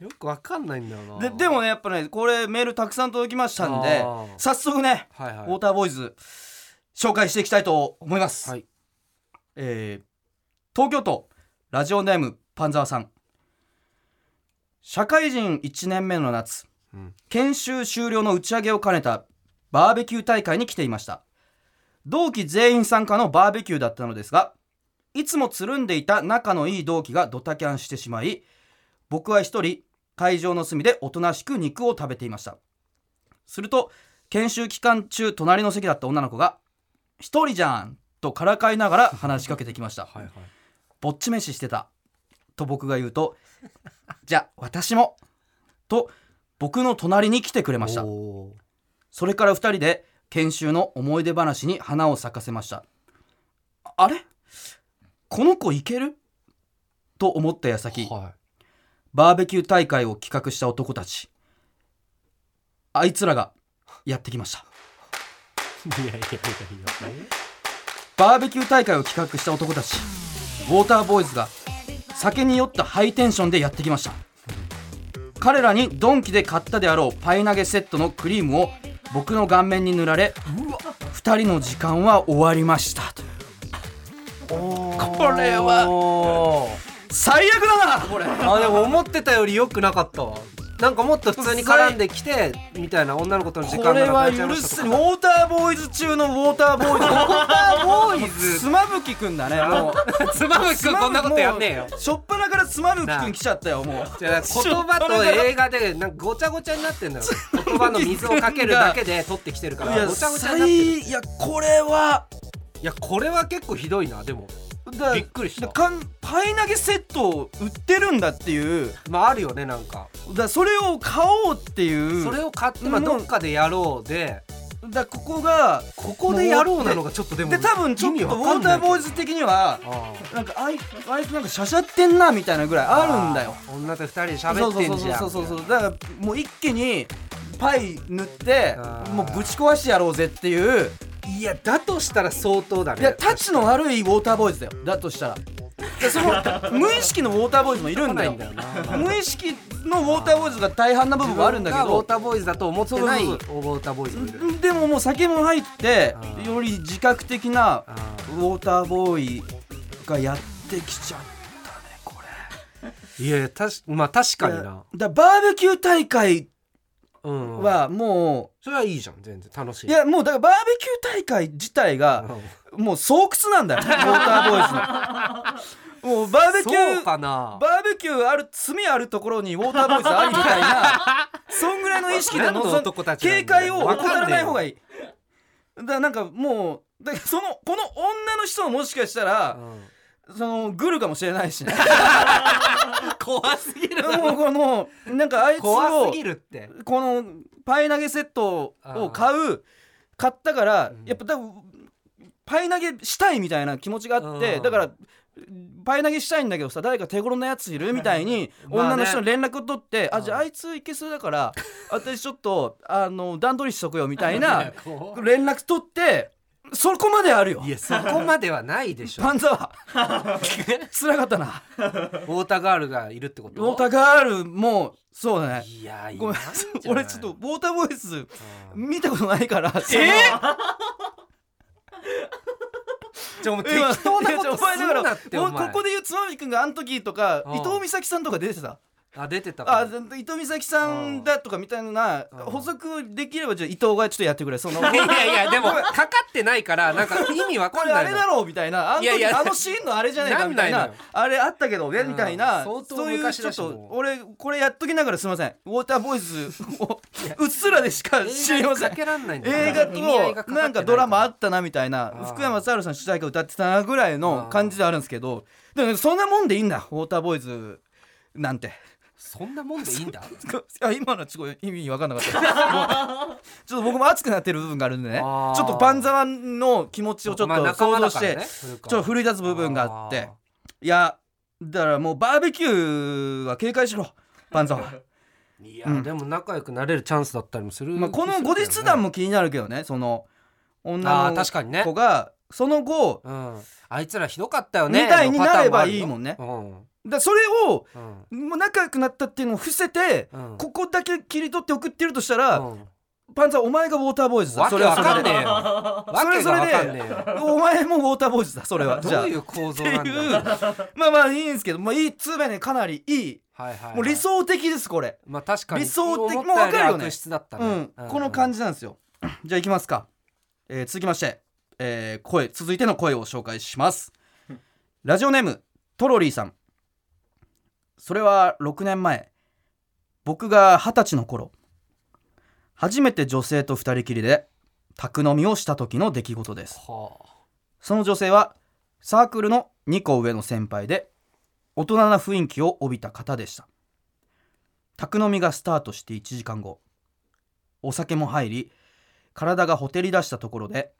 Speaker 1: のよくわかんないんだよな
Speaker 2: ででもねやっぱねこれメールたくさん届きましたんで
Speaker 1: あー
Speaker 2: 早速ね、
Speaker 1: はいはい
Speaker 2: ウォーターボーイズ紹介していきたいと思います、
Speaker 1: はい
Speaker 2: えー東京都ラジオネームパンザワさん社会人1年目の夏、
Speaker 1: うん
Speaker 2: 研修終了の打ち上げを兼ねたバーベキュー大会に来ていました同期全員参加のバーベキューだったのですがいつもつるんでいた仲のいい同期がドタキャンしてしまい僕は一人会場の隅でおとなしく肉を食べていましたすると研修期間中隣の席だった女の子が「一人じゃん!」とからかいながら話しかけてきました
Speaker 1: はいはい
Speaker 2: ぼっち飯してた」と僕が言うと「じゃあ私も」と僕の隣に来てくれました
Speaker 1: おー
Speaker 2: それから2人で研修の思い出話に花を咲かせましたああれこの子いけると思った矢先
Speaker 1: は
Speaker 2: バーベキュー大会を企画した男たちあいつらがやってきました
Speaker 1: い、いやいやいやいや
Speaker 2: バーベキュー大会を企画した男たちウォーターボーイズが酒に酔ったハイテンションでやってきました彼らにドンキで買ったであろうパイ投げセットのクリームを僕の顔面に塗られ2人の時間は終わりましたとこれは
Speaker 1: おー
Speaker 2: 最悪だなこれ
Speaker 1: あでも思ってたより良くなかったわなんかもっと普通に絡んできてみたいな女の子との時
Speaker 2: こ
Speaker 1: 間
Speaker 2: れ
Speaker 1: が
Speaker 2: は
Speaker 1: なくなっちゃい
Speaker 2: 許
Speaker 1: ました
Speaker 2: す
Speaker 1: と
Speaker 2: ウ
Speaker 1: か
Speaker 2: ォーターボーイズ中のウォーターボーイズウォーターボ ーイ
Speaker 1: ズ
Speaker 2: 妻夫木くんだねもう
Speaker 1: つまむきくんこんなことやんねえよ
Speaker 2: しょっぱなから妻夫木くん来ちゃった よもう
Speaker 1: じゃあ言葉と映画でなんかごちゃごちゃになってんだよ言葉の水をかけるだけで取ってきてるか
Speaker 2: い
Speaker 1: ら
Speaker 2: や
Speaker 1: ごちゃごちゃになってる
Speaker 2: 最いやこれはい
Speaker 1: やこれは結構ひどいなでも
Speaker 2: だ
Speaker 1: びっくりした
Speaker 2: だかんパイ投げセットを売ってるんだっていう
Speaker 1: まああるよねなんか、
Speaker 2: だそれを買おうっていう
Speaker 1: それを買ってまあ
Speaker 2: も
Speaker 1: ど
Speaker 2: う
Speaker 1: っかでやろうで
Speaker 2: だここが
Speaker 1: ここでやろうなのがちょっとでも
Speaker 2: で多分ちょっとウ
Speaker 1: 意味わ
Speaker 2: ォ
Speaker 1: か
Speaker 2: ー
Speaker 1: ん
Speaker 2: タ
Speaker 1: ない
Speaker 2: ーボーイズ的には
Speaker 1: あー
Speaker 2: なんかあいあいつなんかしゃしゃってんなみたいなぐらいあるんだよ
Speaker 1: 女と二人で喋ってんじゃん
Speaker 2: そうそうそうそうだからもう一気にパイ塗って
Speaker 1: あー
Speaker 2: もうぶち壊してやろうぜっていう
Speaker 1: いやだとしたら相当だね
Speaker 2: いやタチの悪いウォーターボーイズだよだとしたらで その無意識のウォーターボーイズもいるんだよ
Speaker 1: わかんないんだよな
Speaker 2: 無意識のウォーターボーイズが大半な部分はあるんだけ
Speaker 1: 自分がウォー
Speaker 2: ど
Speaker 1: ターボーイズだと思ってないウ
Speaker 2: そ
Speaker 1: ォ
Speaker 2: うそ
Speaker 1: ーターボーイズもいる
Speaker 2: でももう酒も入って
Speaker 1: あー
Speaker 2: より自覚的な
Speaker 1: あ
Speaker 2: ウォーターボーイがやってきちゃったねこれ
Speaker 1: ーいやいやたしまあ確かに
Speaker 2: だ
Speaker 1: な
Speaker 2: だバーベキュー大会
Speaker 1: うん
Speaker 2: はも
Speaker 1: それはいいじゃん全然楽し
Speaker 2: う、
Speaker 1: い
Speaker 2: いやもうだからバーベキュー大会自体
Speaker 1: う
Speaker 2: が
Speaker 1: ん
Speaker 2: もう巣窟な んだよウォーターボーイズのもうバーベキュー
Speaker 1: そうかな
Speaker 2: バーベキューある罪あるところにウォーターボーイズありみた いなそんぐらいの意識で
Speaker 1: 何の男たちなんだよ
Speaker 2: 警戒を
Speaker 1: わかんねえ
Speaker 2: 怠
Speaker 1: よ
Speaker 2: らない方がいいだからなんかもうだからそのこの女の人ももしかした
Speaker 1: う
Speaker 2: ら、
Speaker 1: ん
Speaker 2: そのグルかもしれないしね
Speaker 1: 怖すぎる
Speaker 2: もうこのなんかあいつ
Speaker 1: 怖
Speaker 2: を
Speaker 1: すぎるって
Speaker 2: このパイ投げセットを買う買ったから
Speaker 1: うん
Speaker 2: やっぱ多分パイ投げしたいみたいな気持ちがあって
Speaker 1: うん
Speaker 2: だからパイ投げしたいんだけどさ誰か手頃なやついるみたいに
Speaker 1: まあね
Speaker 2: 女の人に連絡を取って「
Speaker 1: う
Speaker 2: あ
Speaker 1: ん
Speaker 2: じゃああいついけそう だから私ちょっとあの段取りしとくよ」みたいな
Speaker 1: 怖
Speaker 2: 連絡取ってそこまであるよ
Speaker 1: いやそこまではないでし ょ
Speaker 2: パンザ ワ辛かったな
Speaker 1: ウォーターガールがいるってこ
Speaker 2: ウ
Speaker 1: と
Speaker 2: ォーターガールもそうだね
Speaker 1: いやい
Speaker 2: ごめん
Speaker 1: ないじゃない
Speaker 2: 俺ちょっとウォーターボーイス
Speaker 1: うん
Speaker 2: 見たことないからえ
Speaker 1: じゃあお前適当なことすんなってお前
Speaker 2: ここで言うつまみくんがあの時とか
Speaker 1: うん
Speaker 2: 伊藤美咲さんとか出てた
Speaker 1: あ出てたか
Speaker 2: あで伊藤美咲さんだとかみたいな
Speaker 1: うん
Speaker 2: 補足できればじゃあ伊藤がちょっとやってくれその
Speaker 1: いやいや でもかかってないからなんか意味わか
Speaker 2: こ
Speaker 1: ん
Speaker 2: れ
Speaker 1: な
Speaker 2: あ
Speaker 1: い
Speaker 2: れ
Speaker 1: の
Speaker 2: だろうみたいなあの時
Speaker 1: いやいや
Speaker 2: あのシーンのあれじゃないかみたいな
Speaker 1: なんないのよ
Speaker 2: あれあったけどね
Speaker 1: うん
Speaker 2: みたいな
Speaker 1: 相当
Speaker 2: そういう
Speaker 1: 昔
Speaker 2: ちょ
Speaker 1: だ
Speaker 2: っ
Speaker 1: し
Speaker 2: と
Speaker 1: もう
Speaker 2: 俺これやっときながらすみませんウォーターボーイズをうっすらでしか知
Speaker 1: 映
Speaker 2: り
Speaker 1: 画
Speaker 2: ま
Speaker 1: に
Speaker 2: せ
Speaker 1: か
Speaker 2: ん
Speaker 1: けらんないんだよ
Speaker 2: 映画となんかドラマあったなみたい
Speaker 1: あ
Speaker 2: な
Speaker 1: ー
Speaker 2: 福山雅治さん主題歌歌ってたなぐらいの感じであるんですけどでもそんなもんでいいんだウォーターボーイズなんて
Speaker 1: そんなもんでいいんだ
Speaker 2: あ今のはちょっと意味分かんなかった もうちょっと僕も熱くなってる部分があるんでねち
Speaker 1: あー
Speaker 2: ょっと万沢の気持ちをちょっ
Speaker 1: まあ
Speaker 2: と
Speaker 1: 仲
Speaker 2: 想
Speaker 1: 間
Speaker 2: 像
Speaker 1: だ
Speaker 2: し
Speaker 1: から
Speaker 2: てち
Speaker 1: ね
Speaker 2: ょっと奮い立つ部分があっていやだからもうバーベキューは警戒しろ万 沢は。
Speaker 1: いうや
Speaker 2: ん
Speaker 1: でも仲良くなれるチャンスだったりもする
Speaker 2: まあ、この後日談も気になるけどねその
Speaker 1: あ
Speaker 2: 女
Speaker 1: ー確かに
Speaker 2: の
Speaker 1: ね
Speaker 2: 子がその後
Speaker 1: うんあいつらひどかったよね
Speaker 2: みたいになればいいもん
Speaker 1: の
Speaker 2: ね
Speaker 1: パターンも
Speaker 2: だそれを
Speaker 1: あるよ
Speaker 2: もう仲良くなったっていうのを伏せて、
Speaker 1: うんうん
Speaker 2: ここだけ切り取って送ってるとしたら、
Speaker 1: うん
Speaker 2: パンツァーお前がウォーターボーイズだ
Speaker 1: わ
Speaker 2: そ
Speaker 1: け
Speaker 2: れ
Speaker 1: わ
Speaker 2: はそ
Speaker 1: か
Speaker 2: れ
Speaker 1: んねえ
Speaker 2: で
Speaker 1: よわ
Speaker 2: それ
Speaker 1: け
Speaker 2: はそ
Speaker 1: がわか
Speaker 2: れ
Speaker 1: んねえよ
Speaker 2: で お前もウォーターボーイズだそれは じゃ
Speaker 1: ど
Speaker 2: あ
Speaker 1: ういう構造なんだ
Speaker 2: っていう まあまあいいんですけど、まあ、いい通弁ねかなりいい
Speaker 1: はいはいはい
Speaker 2: もう理想的ですこれ、
Speaker 1: まあ確かに
Speaker 2: 理想的
Speaker 1: 思った
Speaker 2: もうわかるよね
Speaker 1: 悪質だった
Speaker 2: う
Speaker 1: ね
Speaker 2: ん、この感
Speaker 1: じ
Speaker 2: じなんですよじゃあいきますか、えー続きまして、えー声続いての声を紹介しますラジオネームトロリーさんそれは6年前僕が二十歳の頃初めて女性と二人きりで宅飲みをした時の出来事です
Speaker 1: は
Speaker 2: その女性はサークルの2個上の先輩で大人な雰囲気を帯びた方でした宅飲みがスタートして1時間後お酒も入り体がほてり出したところで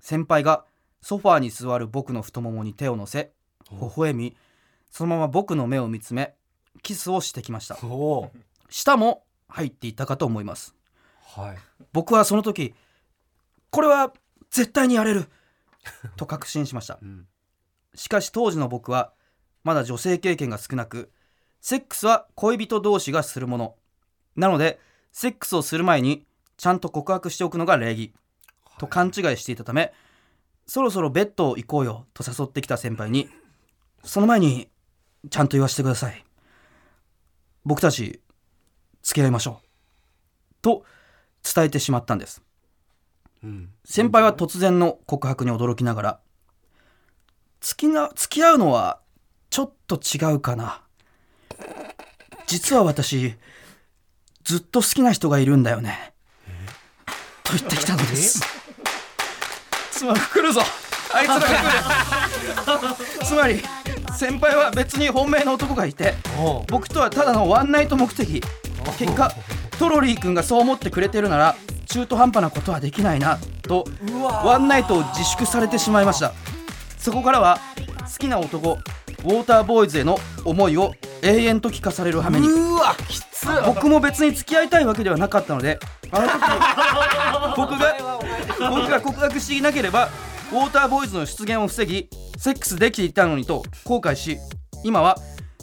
Speaker 2: 先輩がソファーに座る僕の太ももに手を乗せ微笑みそのまま僕の目を見つめキスをしてきました
Speaker 1: あおー
Speaker 2: 舌も入っていたかと思います
Speaker 1: はい
Speaker 2: 僕はその時これは絶対にやれると確信しました
Speaker 1: うん
Speaker 2: しかし当時の僕はまだ女性経験が少なくセックスは恋人同士がするものなのでセックスをする前にちゃんと告白しておくのが礼儀と勘違いしていたため、そろそろベッドを行こうよと誘ってきた先輩にその前にちゃんと言わせてください僕たち付き合いましょうと伝えてしまったんです
Speaker 1: うん
Speaker 2: 先輩は突然の告白に驚きながら付きな付き合うのはちょっと違うかな実は私ずっと好きな人がいるんだよねと言ってきたのですつまり来るぞあいつらが来るつまり先輩は別に本命の男がいて
Speaker 1: おう
Speaker 2: 僕とはただのワンナイト目的結果トロリー君がそう思ってくれてるなら中途半端なことはできないなとワンナイトを自粛されてしまいましたそこからは好きな男ウォーターボーイズへの思いを永遠と聞かされる羽目に
Speaker 1: うわきつ
Speaker 2: 僕も別に付き合いたいわけではなかった のであの時僕が僕が告白していなければウォーターボーイズの出現を防ぎセックスできていたのにと後悔し今は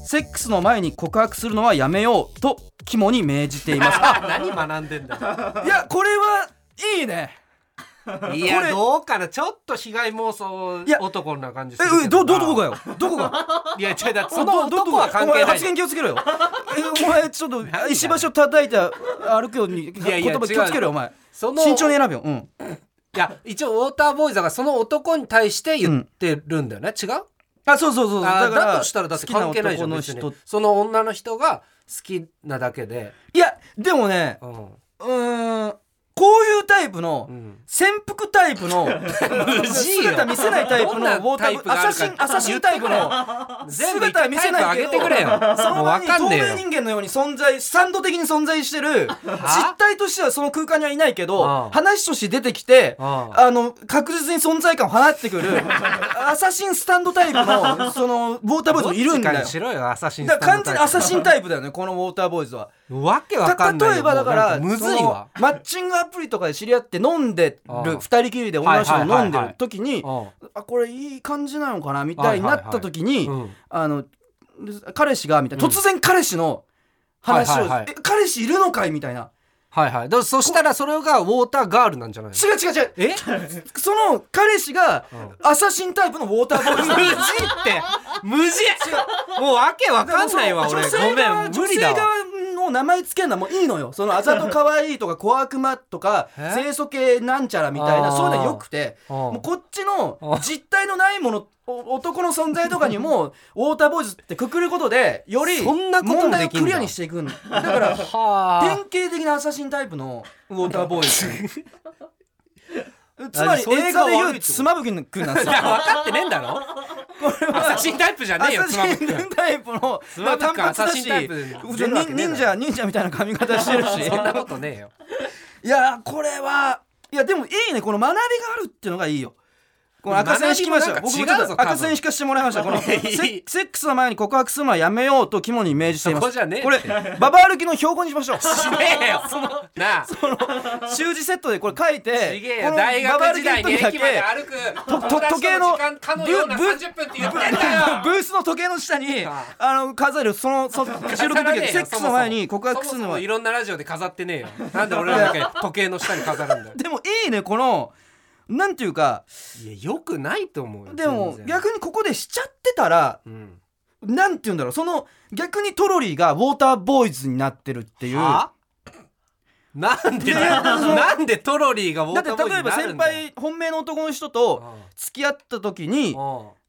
Speaker 2: セックスの前に告白するのはやめようと肝に銘じていますあ
Speaker 1: 何学んでんだ
Speaker 2: いやこれはいいね
Speaker 1: い
Speaker 2: これ
Speaker 1: やどうかなちょっと被害妄想
Speaker 2: いや
Speaker 1: 男な感じす
Speaker 2: え
Speaker 1: るけ
Speaker 2: うどどこが
Speaker 1: よ
Speaker 2: よどこが
Speaker 1: いや違うだってそ
Speaker 2: ど
Speaker 1: の
Speaker 2: ど
Speaker 1: 男は関
Speaker 2: お前
Speaker 1: 係ない
Speaker 2: 発言気をつけろよえお前ちょっと石橋を叩いて歩くように
Speaker 1: やいや
Speaker 2: 言葉気をつけろよお前
Speaker 1: その
Speaker 2: 慎重に選べようん
Speaker 1: いや一応ウォーターボーイズがその男に対して言ってるんだよね、違う
Speaker 2: あそうそうそう
Speaker 1: あ
Speaker 2: だ
Speaker 1: だ
Speaker 2: から
Speaker 1: としたらだって関係ないじゃん
Speaker 2: 好
Speaker 1: 別
Speaker 2: き
Speaker 1: に
Speaker 2: な男の人
Speaker 1: その女の人が好きなだけで、
Speaker 2: いやでもね
Speaker 1: うん
Speaker 2: うーんこういうタイプの
Speaker 1: うん、
Speaker 2: 潜伏タイプ の姿見せないタイプ
Speaker 1: ど
Speaker 2: のウ
Speaker 1: んな
Speaker 2: ォータ
Speaker 1: タイ
Speaker 2: ー
Speaker 1: プ
Speaker 2: ブア
Speaker 1: があ
Speaker 2: サ
Speaker 1: るか
Speaker 2: シンアサシンタイプ の姿は見せないけ
Speaker 1: 言
Speaker 2: ど
Speaker 1: ってくれよ
Speaker 2: その
Speaker 1: もう
Speaker 2: 場
Speaker 1: わ
Speaker 2: に
Speaker 1: か
Speaker 2: 透
Speaker 1: んねえよ
Speaker 2: 明人間のように存在スタンド的に存在してる実体としてはその空間にはいないけ
Speaker 1: あ
Speaker 2: ど
Speaker 1: あ
Speaker 2: 話として出てきて
Speaker 1: ああ
Speaker 2: あの確実に存在感を放ってくる アサシンスタンドタイプのそのウォーターボーイズもいるん
Speaker 1: どっち
Speaker 2: だ
Speaker 1: か
Speaker 2: よ
Speaker 1: にしろよアサシン
Speaker 2: だ
Speaker 1: ス
Speaker 2: から
Speaker 1: タン
Speaker 2: 完
Speaker 1: ドタイプ
Speaker 2: 全にアサシンタイプだよねこのウォーターボーイズは。
Speaker 1: わけわかんないよ
Speaker 2: 例えばだか
Speaker 1: も
Speaker 2: ら
Speaker 1: うなんむずいわ
Speaker 2: そのマッチングアプリとかで知り合って飲んで
Speaker 1: あ
Speaker 2: る
Speaker 1: あ
Speaker 2: 二人きりで女の人と飲んで
Speaker 1: はいはいはいは
Speaker 2: る
Speaker 1: い
Speaker 2: 時に
Speaker 1: あ
Speaker 2: あこれいい感じなのかなみたいになった時に、
Speaker 1: うん
Speaker 2: あので彼氏がみたいな、
Speaker 1: うん
Speaker 2: 突然彼氏の話を、
Speaker 1: はいはいはい
Speaker 2: え彼氏いるのかいみたいな
Speaker 1: はいはいだからそしたらそれがウォーターガールなんじゃないの
Speaker 2: 違う違う違う
Speaker 1: え
Speaker 2: その彼氏が
Speaker 1: う
Speaker 2: アサシンタイプのウォーターボーイ
Speaker 1: 無事って無事もうわけわかんないわ俺
Speaker 2: 女
Speaker 1: ご
Speaker 2: 性側
Speaker 1: めん無理
Speaker 2: 女
Speaker 1: だ
Speaker 2: 性
Speaker 1: わ
Speaker 2: 側の名前つけるのはもういいのよそのあざと可愛いとか小悪魔とか
Speaker 1: え
Speaker 2: 清楚系なんちゃらみたいな
Speaker 1: あー
Speaker 2: そういうのよくて
Speaker 1: うん
Speaker 2: もうこっちの
Speaker 1: あ
Speaker 2: 実体のないものお男の存在とかにもウォーターボーイズってくくることでより
Speaker 1: そんなことも
Speaker 2: 問題を
Speaker 1: できんだ
Speaker 2: クリアにしていくんだから典
Speaker 1: は
Speaker 2: 型的なアサシンタイプのウォーターボ ーイズつま
Speaker 1: あ
Speaker 2: り
Speaker 1: そいつが
Speaker 2: 映画で
Speaker 1: 悪いう
Speaker 2: い
Speaker 1: ってこと
Speaker 2: つまぶきんくん なんです
Speaker 1: あ
Speaker 2: よ
Speaker 1: いや分かってねえんだろアサシンタイプじゃねえよ
Speaker 2: ア
Speaker 1: つま
Speaker 2: サ
Speaker 1: ぶ
Speaker 2: シ
Speaker 1: き
Speaker 2: ンタイプの
Speaker 1: つまぶき
Speaker 2: 単
Speaker 1: 君
Speaker 2: 発だ
Speaker 1: アサシンタイ
Speaker 2: し
Speaker 1: プ
Speaker 2: じゃあに忍者忍者みたいな髪型してるし
Speaker 1: そんなことねえよ
Speaker 2: いやーこれはいやでもいいねこの学びがあるっていうのがいいよこの赤線引きましたよ
Speaker 1: 学
Speaker 2: 僕
Speaker 1: び
Speaker 2: も
Speaker 1: も
Speaker 2: ちょ
Speaker 1: なんか違
Speaker 2: っ
Speaker 1: うぞ
Speaker 2: と赤線引かしてもらいました このセ
Speaker 1: いい
Speaker 2: ッセックスの前に告白するのはやめようと肝に銘じていま
Speaker 1: そこ
Speaker 2: す
Speaker 1: じゃねえ
Speaker 2: これババ歩きの標語にしましょ う
Speaker 1: しねえよなあ
Speaker 2: 習字セットでこれ書いて
Speaker 1: ちげえ
Speaker 2: こ
Speaker 1: よ
Speaker 2: の
Speaker 1: 大
Speaker 2: ババ
Speaker 1: 学
Speaker 2: 歩
Speaker 1: 時
Speaker 2: きの
Speaker 1: 代に
Speaker 2: 時だ
Speaker 1: 駅
Speaker 2: け
Speaker 1: まで歩く
Speaker 2: と時計の
Speaker 1: 友達と時間かのような
Speaker 2: ブ
Speaker 1: 30
Speaker 2: ブ
Speaker 1: 分って言ってんだよ
Speaker 2: ブース の時計の下に
Speaker 1: あ
Speaker 2: あの飾るそのそ 収録の時にセックスの前に告白
Speaker 1: そ
Speaker 2: する
Speaker 1: も
Speaker 2: の
Speaker 1: そも
Speaker 2: はい
Speaker 1: ろんなラジオで飾ってねえよなんで俺らだけ時計の下に飾るんだよ
Speaker 2: でもいいねこのなんていうか
Speaker 1: いやよくないと思うよ
Speaker 2: でも
Speaker 1: 全然
Speaker 2: 逆にここでしちゃってたら
Speaker 1: うん
Speaker 2: なんて言うんだろうその逆にトロリーがウォーターボーイズになってるっていうだ
Speaker 1: はなんで
Speaker 2: いやいやその
Speaker 1: なんでトロリーがウォーター
Speaker 2: って
Speaker 1: ボーイズ
Speaker 2: 例え
Speaker 1: に
Speaker 2: ば
Speaker 1: なる
Speaker 2: 先
Speaker 1: んだよ
Speaker 2: 輩本命の男の人と付き合った時に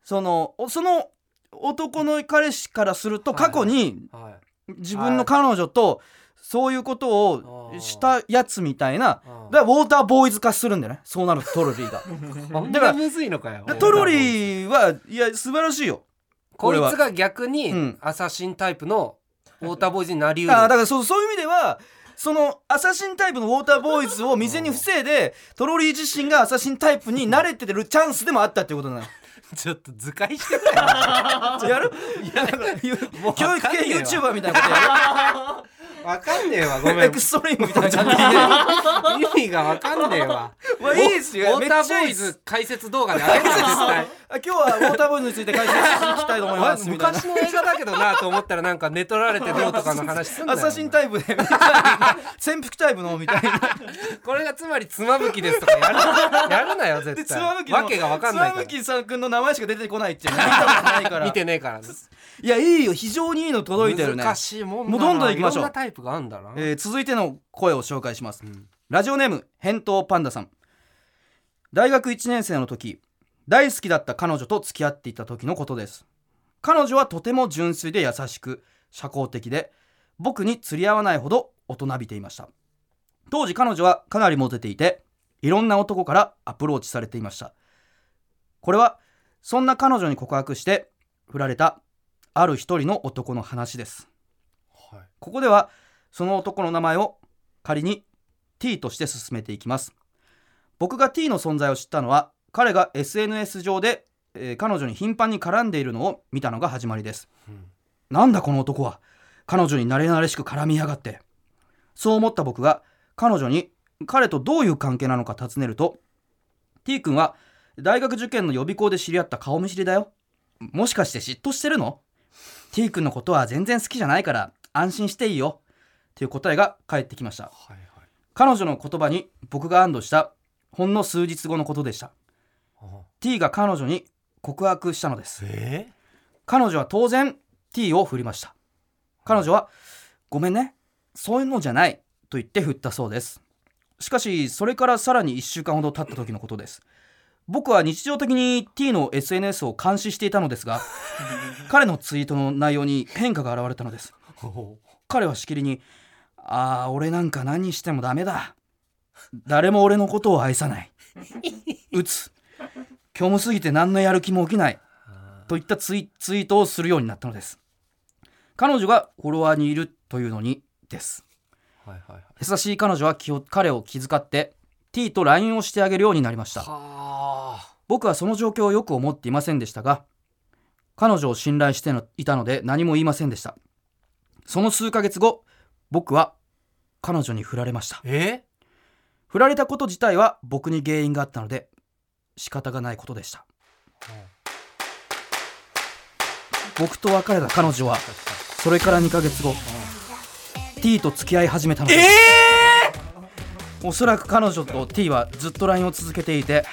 Speaker 2: そのおその男の彼氏からすると過去に
Speaker 1: うんはい
Speaker 2: 自分の彼女とそういうことをしたやつみたいな
Speaker 1: うん
Speaker 2: だからウォーターボーイズ化するんだよねそうなるとトロリーが
Speaker 1: こん
Speaker 2: だから
Speaker 1: なむずいのかよ
Speaker 2: でトロ
Speaker 1: ー
Speaker 2: リーはいや素晴らしいよこ
Speaker 1: こ
Speaker 2: れ
Speaker 1: い
Speaker 2: は
Speaker 1: つが逆
Speaker 2: う
Speaker 1: に
Speaker 2: ん
Speaker 1: アサシンタイプのウォーターボーイズになりうる
Speaker 2: あーだからそうそういう意味ではそのアサシンタイプのウォーターボーイズを未然に防いでトロリー自身がアサシンタイプに慣れてるチャンスでもあったっていうことなの
Speaker 1: ちょっと図解してくれ よ
Speaker 2: やる
Speaker 1: もう
Speaker 2: 教育系 YouTuber みたいなこと
Speaker 1: わかんねえわご
Speaker 2: やる
Speaker 1: め
Speaker 2: エ
Speaker 1: ん
Speaker 2: クストリームみたいな感じで言える
Speaker 1: 意味がわかんねえわ
Speaker 2: まあいいですよ
Speaker 1: ウォ
Speaker 2: め
Speaker 1: ー
Speaker 2: っ
Speaker 1: タ
Speaker 2: ち
Speaker 1: ー
Speaker 2: ゃ
Speaker 1: ボー
Speaker 2: いい
Speaker 1: イ
Speaker 2: です
Speaker 1: ズ解説動画であげるよ絶対
Speaker 2: あ今日はウォーターボーイズについて解説していきたいと思いますみたいな
Speaker 1: 昔の映画だけどなと思ったらなんか寝取られてどうとかの話すんだ
Speaker 2: ア
Speaker 1: よ
Speaker 2: サシンタイプでみたいな潜伏タイプのみたいな
Speaker 1: これがつまりつまぶきですとかやるやるな よ
Speaker 2: で
Speaker 1: 絶
Speaker 2: つ
Speaker 1: 対
Speaker 2: まむき
Speaker 1: わけがわかんないか
Speaker 2: つま
Speaker 1: ら
Speaker 2: むきさんくんの名前しか出てこないっていうの見たことないから
Speaker 1: 見てねえから
Speaker 2: いやいいよ非常にいいの届いてるね
Speaker 1: 難しいもんだな
Speaker 2: もうどんどん行きましょ
Speaker 1: ろ
Speaker 2: う
Speaker 1: んなタイプがあんだな
Speaker 2: えー続いての声を紹介します、
Speaker 1: ん
Speaker 2: ラジオネーム返答パンダさん大学1年生の時大好きだった彼女と付き合っていた時のことです彼女はとても純粋で優しく社交的で僕に釣り合わないほど大人びていました当時彼女はかなりモテていていろんな男からアプローチされていましたこれはそんな彼女に告白して振られたある一人の男の話です
Speaker 1: はい
Speaker 2: ここではその男の名前を仮に T として進めていきます僕が T の存在を知ったのは彼が SNS 上で、えー彼女に頻繁に絡んでいるのを見たのが始まりです
Speaker 1: うん
Speaker 2: なんだこの男は彼女に慣れ慣れしく絡みやがってそう思った僕が彼女に彼とどういう関係なのか尋ねると T 君は大学受験の予備校で知り合った顔見知りだよもしかして嫉妬してるの ?T 君のことは全然好きじゃないから安心していいよという答えが返ってきました
Speaker 1: はいはい
Speaker 2: 彼女の言葉に僕が安堵したほんの数日後のことでした
Speaker 1: あ
Speaker 2: T が彼女に告白したのです
Speaker 1: え
Speaker 2: 彼女は当然 T を振りました彼女は「ごめんねそういうのじゃない」と言って振ったそうですしかしそれからさらに1週間ほど経った時のことです僕は日常的に T の SNS を監視していたのですが 彼のツイートの内容に変化が現れたのです彼はしきりに「ああ俺なんか何してもダメだ誰も俺のことを愛さない」「うつ」「虚無すぎて何のやる気も起きない」といったツイツイートをするようになったのです彼女がフォロワーにいるというのにです
Speaker 1: はいはいはい
Speaker 2: 優しい彼女は気を彼を気遣って T と LINE をしてあげるようになりました
Speaker 1: はあ
Speaker 2: 僕はその状況をよく思っていませんでしたが彼女を信頼してのいたので何も言いませんでしたその数ヶ月後僕は彼女に振られました
Speaker 1: え
Speaker 2: 振られたこと自体は僕に原因があったので仕方がないことでした僕と別れた彼女はそれから2ヶ月後 T と付き合い始めたのですおそらく彼女と T はずっと LINE を続けていて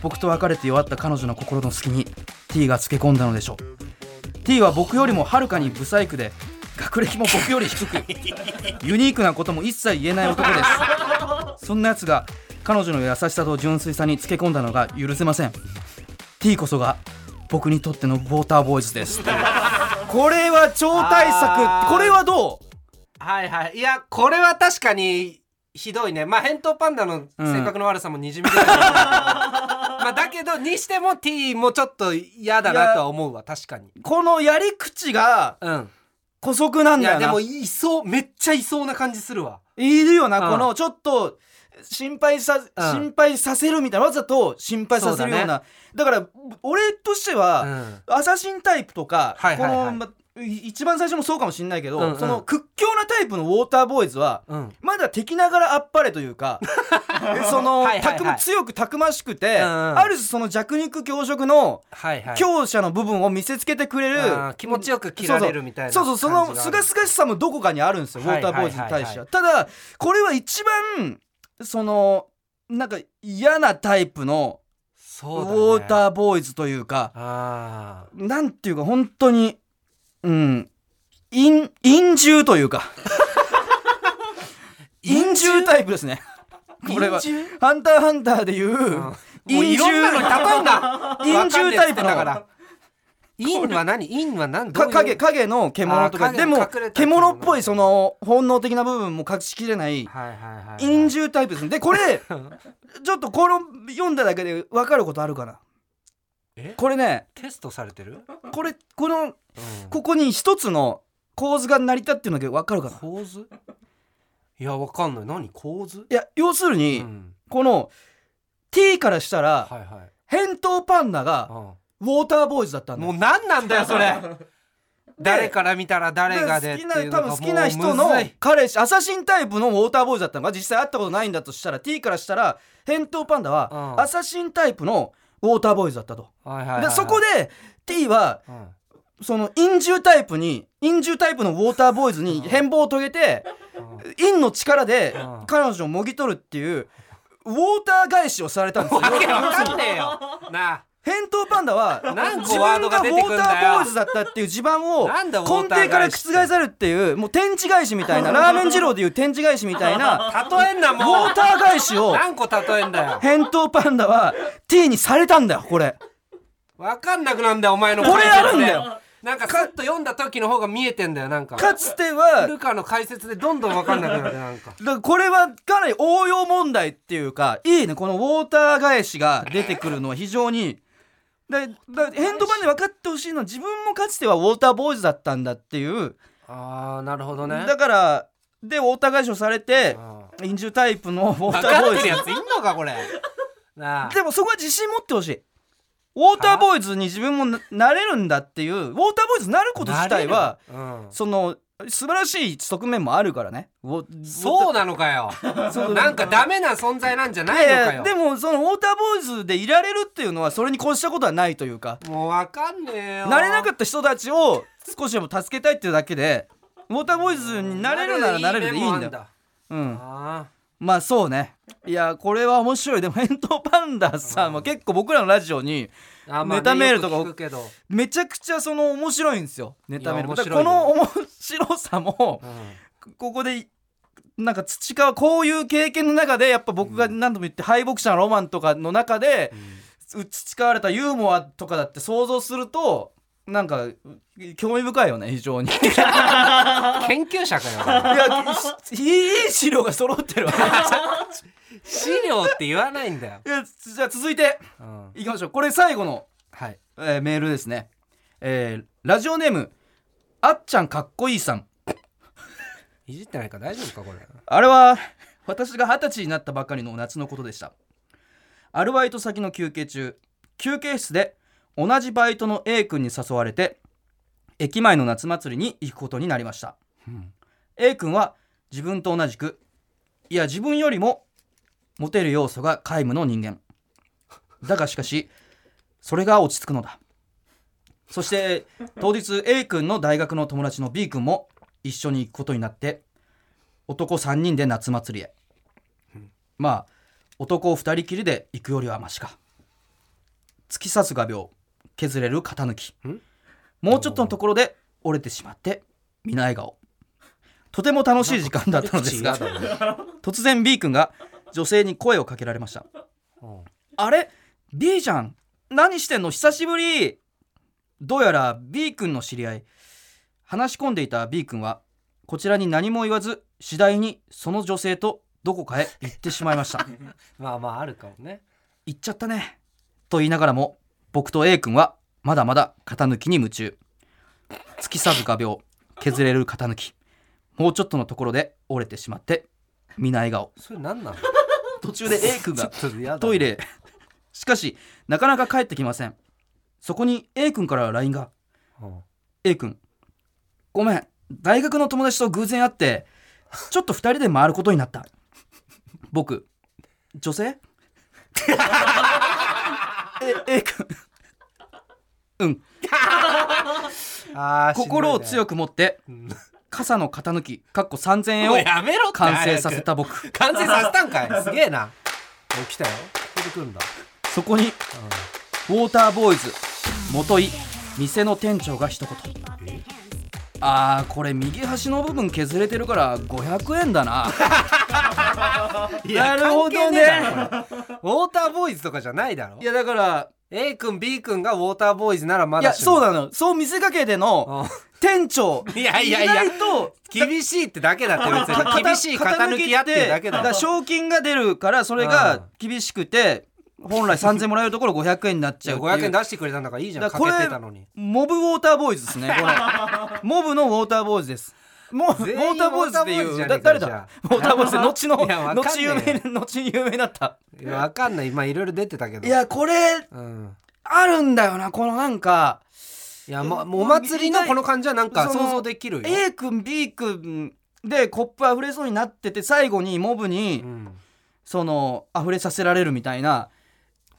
Speaker 2: 僕と別れて弱った彼女の心の隙に T がつけ込んだのでしょう T は僕よりもはるかに不細工で学歴も僕よ り低くユニークなことも一切言えない男ですそんな奴が彼女の優しさと純粋さにつけ込んだのが許せません T こそが僕にとってのウォーターボーイ ズですこれは超大
Speaker 1: あー
Speaker 2: 作これはどう
Speaker 1: はいはい。いや、これは確かにひどいね。まあ、扁桃パンダの性格の悪さもにじみ出てる、 まあ、だけど、にしても T もちょっと嫌だなとは思うわ、確かに。
Speaker 2: このやり口が
Speaker 1: うん。
Speaker 2: 姑息なん
Speaker 1: い
Speaker 2: だ
Speaker 1: や、
Speaker 2: よ
Speaker 1: で
Speaker 2: な
Speaker 1: も、いそう、めっちゃいそうな感じするわ。
Speaker 2: いるよな、
Speaker 1: うん
Speaker 2: このちょっと心配さ、心配させるみたいなわざと心配させるよう
Speaker 1: そ
Speaker 2: な
Speaker 1: うだ
Speaker 2: だ,、から俺として
Speaker 1: う
Speaker 2: は、
Speaker 1: ん。
Speaker 2: アサシンタイプとか、
Speaker 1: はいはいはい
Speaker 2: この、ま、い一番最初もそうかもしれないけど、
Speaker 1: うんうん
Speaker 2: その屈強なタイプのウォーターボーイズは
Speaker 1: うん。
Speaker 2: まだ敵ながらあっぱれとい うかその
Speaker 1: はいはいはい
Speaker 2: たくま強くたくましくて、
Speaker 1: うんうん
Speaker 2: ある種その弱肉強食の
Speaker 1: はいはい。
Speaker 2: 強者の部分を見せつけてくれる、
Speaker 1: あー気持ちよく切られるみたいな
Speaker 2: そうそうそのすが
Speaker 1: す
Speaker 2: すがしさもどこかにあるんですよウ
Speaker 1: はい
Speaker 2: ォーターボーイズに対しては,、
Speaker 1: は
Speaker 2: ただこれは一番そのなんか嫌なタイプのウ
Speaker 1: そうだ、ね、
Speaker 2: ォー
Speaker 1: ー
Speaker 2: ターボーイズというか
Speaker 1: あ
Speaker 2: なんていうか本当にうん陰陰獣という か陰獣タイプですね
Speaker 1: ー
Speaker 2: これは
Speaker 1: 陰獣
Speaker 2: ハンターハンターでいう
Speaker 1: もう
Speaker 2: 陰
Speaker 1: いろんなのに
Speaker 2: 獣
Speaker 1: 例えん な
Speaker 2: 陰獣タイプの
Speaker 1: わかんねえっつってんだから陰は何陰は何どう
Speaker 2: か
Speaker 1: いう
Speaker 2: 影影の獣と
Speaker 1: あ
Speaker 2: か
Speaker 1: ー
Speaker 2: で
Speaker 1: 影の隠
Speaker 2: も
Speaker 1: れた
Speaker 2: 獣っぽいその本能的な部分も隠しきれない
Speaker 1: はいはいはいはい
Speaker 2: 陰獣タイプですねでこ れちょっとこの読んだだけで分かることあるかな
Speaker 1: え
Speaker 2: これね
Speaker 1: テストされてる、
Speaker 2: これこの
Speaker 1: うん
Speaker 2: ここに一つの構図が成り立ってるのだけど分かるかない
Speaker 1: 構図いやわかんない何構図
Speaker 2: や要する
Speaker 1: う
Speaker 2: に、
Speaker 1: ん
Speaker 2: この T からしたら
Speaker 1: はいはい
Speaker 2: 返答パンダがウォーターボーイズだったんだ
Speaker 1: も
Speaker 2: よ
Speaker 1: う何なんだよそれ誰から見たら誰がでっ
Speaker 2: で
Speaker 1: て
Speaker 2: 好
Speaker 1: い
Speaker 2: き
Speaker 1: うの
Speaker 2: な多
Speaker 1: が
Speaker 2: 分
Speaker 1: もう
Speaker 2: 好きな人の
Speaker 1: むずい
Speaker 2: 彼氏アサシンタイプのウォーターボーイズだったのが実際会ったことないんだとしたら T からしたら返答パンダは
Speaker 1: うん
Speaker 2: アサシンタイプのウォーターボーイズだったと。
Speaker 1: はいはいはいはい、
Speaker 2: でそこで T は
Speaker 1: うん
Speaker 2: その陰獣タイプに陰獣タイプのウォーターボーイズに変貌を遂げて
Speaker 1: うん
Speaker 2: 陰の力で
Speaker 1: うん
Speaker 2: 彼女をもぎ取るっていうウォーター返しをされたんですよ
Speaker 1: わけわかんねえよな
Speaker 2: 返答パンダは
Speaker 1: 何
Speaker 2: 自
Speaker 1: 個ワー
Speaker 2: 分
Speaker 1: ド
Speaker 2: が
Speaker 1: が
Speaker 2: ウ
Speaker 1: 出
Speaker 2: ォ
Speaker 1: てくんだよ
Speaker 2: ーターボーイズだったっていう地盤を
Speaker 1: なん
Speaker 2: 根
Speaker 1: だウォ
Speaker 2: 底
Speaker 1: ーター返しって
Speaker 2: から覆されるっていうもう天地返しみたいなラーメン二郎でいう天地返しみたいな
Speaker 1: あ例えんな
Speaker 2: ウ
Speaker 1: もう
Speaker 2: ォーター返しを
Speaker 1: 何個例えんだよ
Speaker 2: 返答パンダは T にされたんだよこれ
Speaker 1: わかんなくなんだよお前の
Speaker 2: 俺
Speaker 1: 解
Speaker 2: やる
Speaker 1: 説
Speaker 2: ん
Speaker 1: で
Speaker 2: だよ
Speaker 1: なんかカッと読んだ時の方が見えてんだよなんか
Speaker 2: かつては
Speaker 1: ルカの解説でどんどんわかんなくなるなんか
Speaker 2: だからこれはかなり応用問題っていうかいいねこのウォーター返しが出てくるのは非常にだだヘンドバンで分かってほしいのは自分もかつてはウォーターボーイズだったんだっていう
Speaker 1: あーなるほどね
Speaker 2: だからでウォーター返しをされて陰獣タイプのウォ
Speaker 1: 分
Speaker 2: ーター
Speaker 1: か
Speaker 2: ボ
Speaker 1: っ
Speaker 2: ー
Speaker 1: てる
Speaker 2: イ
Speaker 1: やついんのかこれなあ
Speaker 2: ズでもそこは自信持ってほしいウォーターボーイズに自分もななれるんだっていうウォーターボーイズになること自体は
Speaker 1: うん
Speaker 2: その素晴らしい側面もあるからねウォー
Speaker 1: そうなのかよ
Speaker 2: そう
Speaker 1: なんかダメな存在なんじゃない
Speaker 2: いやい
Speaker 1: のか
Speaker 2: や
Speaker 1: よ
Speaker 2: でもそのウォーターボーイズでいられるっていうのはそれに越したことはないというか
Speaker 1: もうわかんねえよ
Speaker 2: なれなかった人たちを少しでも助けたいっていうだけでウォーターボーイズになれるならなれるでいいんだよ、うん、
Speaker 1: あ
Speaker 2: まあそうねいやこれは面白いでも返答パンダさんは結構僕らのラジオに
Speaker 1: ーあーまあね
Speaker 2: ネタメールとか
Speaker 1: よく聞くけど
Speaker 2: めちゃくちゃその面白いんですよネタメール
Speaker 1: いや
Speaker 2: だから
Speaker 1: 面白いよ
Speaker 2: この面白さも
Speaker 1: うん
Speaker 2: ここでなんか培うこういう経験の中でやっぱ僕が何度も言って敗北者のロマンとかの中で、培われたユーモアとかだって想像するとなんかう興味深いよね非常にい
Speaker 1: 研究者かよ
Speaker 2: やいいい資料が揃ってるわ
Speaker 1: 資料って言わないんだよ、
Speaker 2: いやじゃあ続いて
Speaker 1: うん、
Speaker 2: いきましょうこれ最後の、
Speaker 1: はい
Speaker 2: えーメールですね、えーラジオネームあっちゃんかっこいいさん
Speaker 1: いじってないから大丈夫かこれ
Speaker 2: あれは私が二十歳になったばかりの夏のことでしたアルバイト先の休憩中休憩室で同じバイトの A 君に誘われて駅前の夏祭りに行くことになりました、
Speaker 1: うん
Speaker 2: A 君は自分と同じくいや自分よりもモテる要素が皆無の人間だがしかしそれが落ち着くのだそして当日 A 君の大学の友達の B 君も一緒に行くことになって男3人で夏祭りへまあ男2人きりで行くよりはマシか突き刺す画鋲削れる型抜き
Speaker 1: ん
Speaker 2: もうちょっとのところで折れてしまって皆笑顔とても楽しい時間だったのですが
Speaker 1: 口嫌だね
Speaker 2: 突然 B 君が女性に声をかけられましたあれ ?B じゃん何してんの久しぶりどうやら B 君の知り合い話し込んでいた B 君はこちらに何も言わず次第にその女性とどこかへ行ってしまいました
Speaker 1: まあまああるかもね
Speaker 2: 行っちゃったねと言いながらも僕と A 君はまだまだ型抜きに夢中突き刺す画鋲削れる型抜きもうちょっとのところで折れてしまって皆笑顔
Speaker 1: それ何なの
Speaker 2: 途中で A 君が
Speaker 1: ちょっとやだ
Speaker 2: トイレへしかしなかなか帰ってきませんそこに A 君から LINE が
Speaker 1: うん
Speaker 2: 「A 君ごめん大学の友達と偶然会ってちょっと2人で回ることになった僕女性 え A 君うん
Speaker 1: あーしんどいね
Speaker 2: 心を強く持って
Speaker 1: うん
Speaker 2: 傘の型抜きかっこ3000円
Speaker 1: も
Speaker 2: を
Speaker 1: うやめろって
Speaker 2: 完成させた僕
Speaker 1: 早く完成させたん かいすげえなお来たよ出てくるんだ
Speaker 2: そこにウォーターボーイズ元井店の店長が一言あーこれ右端の部分削れてるから500円だな
Speaker 1: いや
Speaker 2: なるほどね
Speaker 1: 関係ねえだろこれウォーターボーイズとかじゃないだろ
Speaker 2: いやだから、
Speaker 1: A 君 B 君がウォーターボーイズならま
Speaker 2: い
Speaker 1: だ
Speaker 2: や
Speaker 1: し
Speaker 2: そう
Speaker 1: だ
Speaker 2: なのよそう見せかけての店長
Speaker 1: いやいやいや
Speaker 2: 意外と
Speaker 1: 厳しいってだけだって別 に厳しい型抜きやってるだけだ
Speaker 2: から
Speaker 1: よ
Speaker 2: 賞金が出るからそれが厳しくて本来3000円もらえるところ500円になっちゃうっていう
Speaker 1: 500円出してくれたんだからいいじゃん
Speaker 2: だか
Speaker 1: から
Speaker 2: これ
Speaker 1: けてたのに
Speaker 2: モブウォーターボーイズですねこ れモブのウォーターボーイズですもうウォ
Speaker 1: 全員
Speaker 2: ーターボーイズっていう
Speaker 1: ウォーターボーイズじゃね
Speaker 2: だ
Speaker 1: えか
Speaker 2: 誰
Speaker 1: ら
Speaker 2: だウォーターボーイズって後の
Speaker 1: いやわかんね
Speaker 2: 後
Speaker 1: え
Speaker 2: 有
Speaker 1: よ
Speaker 2: 名な後に有名だった
Speaker 1: いやわかんない今いろいろ出てたけど
Speaker 2: いやこれ
Speaker 1: うん
Speaker 2: あるんだよなこのなんか
Speaker 1: いやまもうお祭りのこの感じはなんか
Speaker 2: その
Speaker 1: 想像できるよ
Speaker 2: A 君 B 君でコップ溢れそうになってて最後にモブに
Speaker 1: うん
Speaker 2: その溢れさせられるみたいな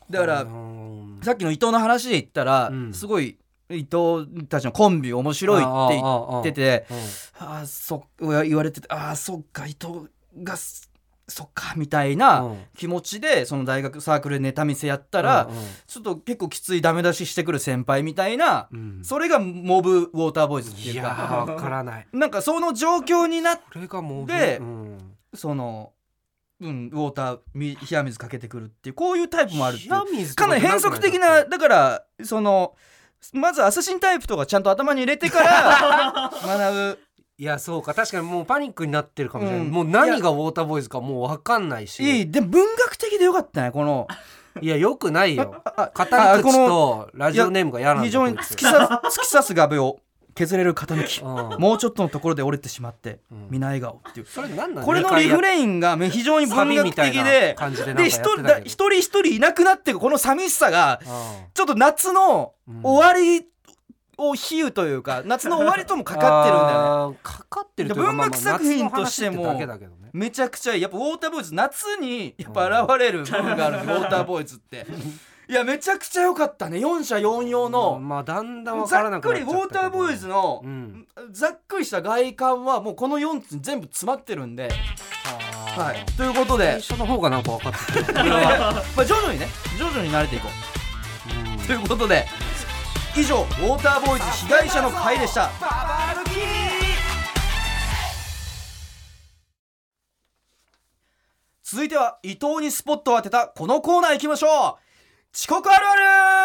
Speaker 2: だから
Speaker 1: うん
Speaker 2: さっきの伊藤の話で言ったら
Speaker 1: うん
Speaker 2: すごい伊藤たちのコンビ面白いって言ってて
Speaker 1: うん
Speaker 2: ああそ言われててああそっか伊藤がそそっかみたいな
Speaker 1: うん
Speaker 2: 気持ちでその大学サークルでネタ見せやったら
Speaker 1: うん
Speaker 2: ちょっと結構きついダメ出ししてくる先輩みたいな
Speaker 1: うん
Speaker 2: それがモブウォーターボーイズって
Speaker 1: い
Speaker 2: いう
Speaker 1: や
Speaker 2: か
Speaker 1: ーわからない
Speaker 2: なんかその状況になっ
Speaker 1: これがもう
Speaker 2: で
Speaker 1: うん
Speaker 2: そのうんウォーターみ冷や水かけてくるっていうこういうタイプもあるってい
Speaker 1: 冷
Speaker 2: う
Speaker 1: や水と
Speaker 2: かなり変則的な
Speaker 1: く
Speaker 2: だからそのまずアサシンタイプとかちゃんと頭に入れてから 学ぶ
Speaker 1: いやそうか確かにもうパニックになってるかもしれない、
Speaker 2: うん
Speaker 1: もう何がウォーターボーイズかもう分かんないし
Speaker 2: い
Speaker 1: い
Speaker 2: いでも文学的でよかったねこの
Speaker 1: やよくないよ
Speaker 2: あ
Speaker 1: 語り口
Speaker 2: あ
Speaker 1: とラジオネームが嫌なんだ
Speaker 2: 非常に
Speaker 1: こい
Speaker 2: 突
Speaker 1: つ
Speaker 2: き刺す突き刺す画鋲削れる型抜き
Speaker 1: うん
Speaker 2: もうちょっとのところで折れてしまって
Speaker 1: うん
Speaker 2: 皆笑顔っていう
Speaker 1: それ何なん
Speaker 2: これのリフ
Speaker 1: レ
Speaker 2: レインがめ非常に文学的
Speaker 1: な
Speaker 2: で
Speaker 1: 感じでなん
Speaker 2: で
Speaker 1: か
Speaker 2: 一
Speaker 1: やってた
Speaker 2: 人だ
Speaker 1: け
Speaker 2: 一
Speaker 1: ど
Speaker 2: 人一人いなくなってくこの寂しさがちょっと夏の
Speaker 1: うん
Speaker 2: 終わりを比喩というか夏の終わりともかかってるん だよね。
Speaker 1: ねかかってるというか
Speaker 2: 文学作品としても
Speaker 1: まあまあ夏の話ってだけだけどね
Speaker 2: めちゃくちゃいいやっぱウォーターボーイズ夏にやっぱ現れる部分があるウォーターボーイ ズっていやめちゃくちゃ良かったね4社4用の
Speaker 1: まあだんだん分か
Speaker 2: ざ
Speaker 1: らな
Speaker 2: っ
Speaker 1: く
Speaker 2: く
Speaker 1: なっ
Speaker 2: り
Speaker 1: ち
Speaker 2: ウ
Speaker 1: ゃった
Speaker 2: ォーターボーイズの
Speaker 1: うん
Speaker 2: ざっくりした外観はもうこの4つに全部詰まってるんでは
Speaker 1: はい
Speaker 2: ということで
Speaker 1: 最初の方がなんか分かってきた
Speaker 2: いやいや まあ徐々にね徐々に慣れていこう
Speaker 1: うん
Speaker 2: ということで以上ウォーターボーイズ被害者の会でした続いては伊藤にスポットを当てたこのコーナー行きましょう遅刻ある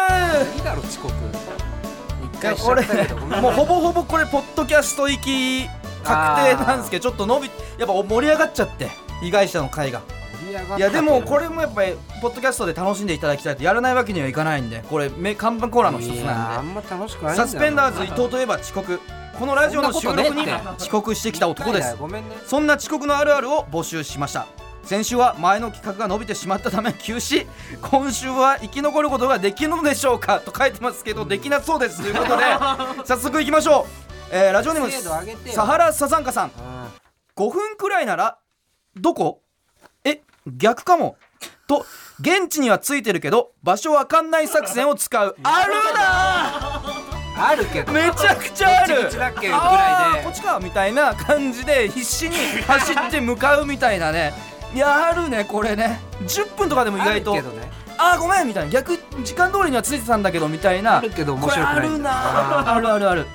Speaker 2: ある
Speaker 1: いいだろ遅刻一
Speaker 2: いや
Speaker 1: 回しちゃ
Speaker 2: こ
Speaker 1: っ
Speaker 2: れ
Speaker 1: たけどごめん
Speaker 2: もうほぼほぼこれポッドキャスト行き確定なんですけどちょっと伸びやっぱ盛り上がっちゃって被害者の会が
Speaker 1: 盛り上がった
Speaker 2: いやでもこれもやっぱりポッドキャストで楽しんでいただきたいとやらないわけにはいかないんでこれめ看板コーナーの一つ
Speaker 1: いやあ
Speaker 2: なんで
Speaker 1: んま楽しくないんだよ
Speaker 2: サスペンダーズ伊藤といえば遅刻このラジオの収録
Speaker 1: そんな
Speaker 2: に
Speaker 1: ことねえって
Speaker 2: 遅刻してきた男です
Speaker 1: ごめんね
Speaker 2: そんな遅刻のあるあるを募集しました先週は前の企画が伸びてしまったため休止今週は生き残ることができるのでしょうかと書いてますけどできなそうですとい うことで早速いきましょう、えーラジオネー
Speaker 1: 精度上げ
Speaker 2: ム
Speaker 1: てよ
Speaker 2: サハラサザンカさん
Speaker 1: あ
Speaker 2: 5分くらいならどこえ逆かもと現地にはついてるけど場所わかんない作戦を使うあるな
Speaker 1: あるけど
Speaker 2: めちゃくちゃある
Speaker 1: こっちだっけぐらいで
Speaker 2: あーこっちかみたいな感じで必 死に走って向かうみたいなねいやあるねこれね10分とかでも意外と
Speaker 1: あるけどね
Speaker 2: あーごめんみたいな逆時間通りにはついてたんだけどみたいな
Speaker 1: あるけど面
Speaker 2: これ
Speaker 1: 白く
Speaker 2: あ
Speaker 1: ない
Speaker 2: るなあるあるある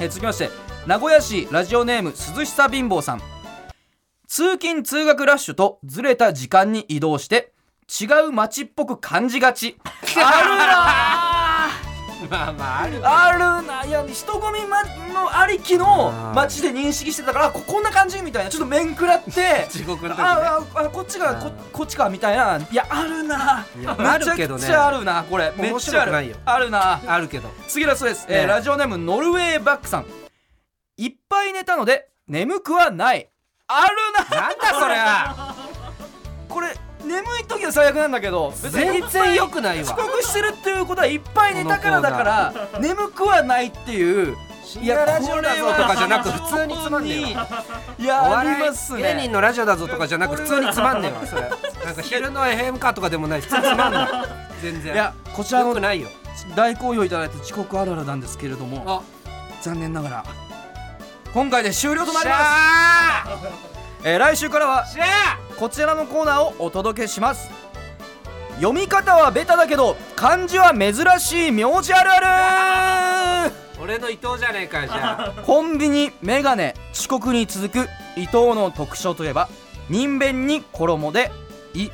Speaker 2: えー続きまして名古屋市ラジオネーム涼しさ貧乏さん通勤通学ラッシュとずれた時間に移動して違う街っぽく感じが ちあ
Speaker 1: まあまああるけ
Speaker 2: る
Speaker 1: ど
Speaker 2: なあるないや人混み、ま、のありきの街で認識してたからここんな感じみたいなちょっと面食らって
Speaker 1: 地獄の時ね
Speaker 2: あーあーあーこっちがここっちかみたいないやあるないめ
Speaker 1: やあ
Speaker 2: ち
Speaker 1: る
Speaker 2: ゃ
Speaker 1: けど
Speaker 2: く
Speaker 1: ね
Speaker 2: ちゃあるなこれめっ
Speaker 1: 面
Speaker 2: ちゃ
Speaker 1: 白
Speaker 2: あ
Speaker 1: くないよ
Speaker 2: るあるな
Speaker 1: あるけど
Speaker 2: 次だそうです、えー
Speaker 1: ねえ
Speaker 2: ラジオネームノルウェーバックさんいっぱい寝たので眠くはないあるな
Speaker 1: なんだそれは
Speaker 2: これ眠い時は最悪なんだけど別に
Speaker 1: 全然良くない
Speaker 2: 遅
Speaker 1: わ
Speaker 2: 刻してるっていうことはいっぱい寝たからだから眠くはないっていう
Speaker 1: いやラジオだぞとかじゃなく普通につまんねえわ
Speaker 2: いや
Speaker 1: お
Speaker 2: あ
Speaker 1: 笑
Speaker 2: り
Speaker 1: い
Speaker 2: ます
Speaker 1: 芸人
Speaker 2: ね
Speaker 1: のラジオだぞとかじゃなく普通につまんねえわそれなんか昼の FM かとかでもない普通につまん ない全然
Speaker 2: いやこちら
Speaker 1: よ
Speaker 2: の
Speaker 1: くないよ
Speaker 2: 大好評いただいて遅刻あるあるなんですけれども
Speaker 1: あ
Speaker 2: 残念ながら今回で終了とな
Speaker 1: し
Speaker 2: ります、
Speaker 1: ゃー
Speaker 2: えー来週からは
Speaker 1: しゃ
Speaker 2: こちらのコーナーをお届けします読み方はベタだけど漢字は珍しい名字あるある
Speaker 1: ー俺の伊藤じゃねえかよじゃあ
Speaker 2: コンビニメガネ遅刻に続く伊藤の特徴といえば人弁に衣で「い」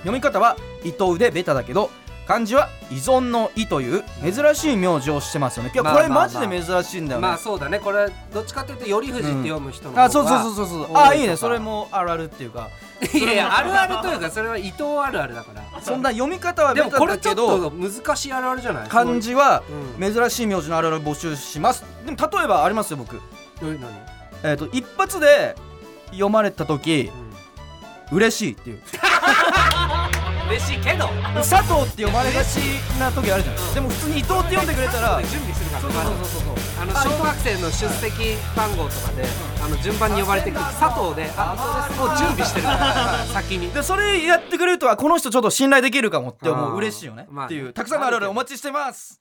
Speaker 2: 読み方は伊藤でベタだけど漢字は依存の「い」という珍しい名字をしてますよねいや
Speaker 1: まあ
Speaker 2: これ
Speaker 1: まあ
Speaker 2: マジで珍しいんだよね、
Speaker 1: まあそうだねこれどっちかっていうと頼藤って読む人の方が、
Speaker 2: あそうそうそうそうそうあいいねそれもあるあるっていうか
Speaker 1: いやいやあるあるというかそれは伊藤あるあるだから
Speaker 2: そんな読み方はベ
Speaker 1: で
Speaker 2: タ
Speaker 1: もこ
Speaker 2: だ
Speaker 1: れちょ
Speaker 2: け
Speaker 1: っと
Speaker 2: ど
Speaker 1: 難しいあるあるじゃない
Speaker 2: 漢字は
Speaker 1: うん
Speaker 2: 珍しい名字のあるあるを募集しますでも例えばありますよ僕、
Speaker 1: そういうのに、
Speaker 2: えー、と一発で読まれた時嬉しいっていう
Speaker 1: うん、嬉しいけど
Speaker 2: 佐藤って読まれがちな時あるじゃないでも普通に伊藤って読んでくれたら
Speaker 1: 準備するから
Speaker 2: そうそうそうそう
Speaker 1: あの小学生の出席番号とかであの順番に呼ばれてくる佐藤で「あ本当です」もう準備してるから先に
Speaker 2: でそれやってくれるとはこの人ちょっと信頼できるかもって思
Speaker 1: あ
Speaker 2: う
Speaker 1: ー
Speaker 2: 嬉しいよね
Speaker 1: まあ
Speaker 2: っていうたくさんのあるあるお待ちしてます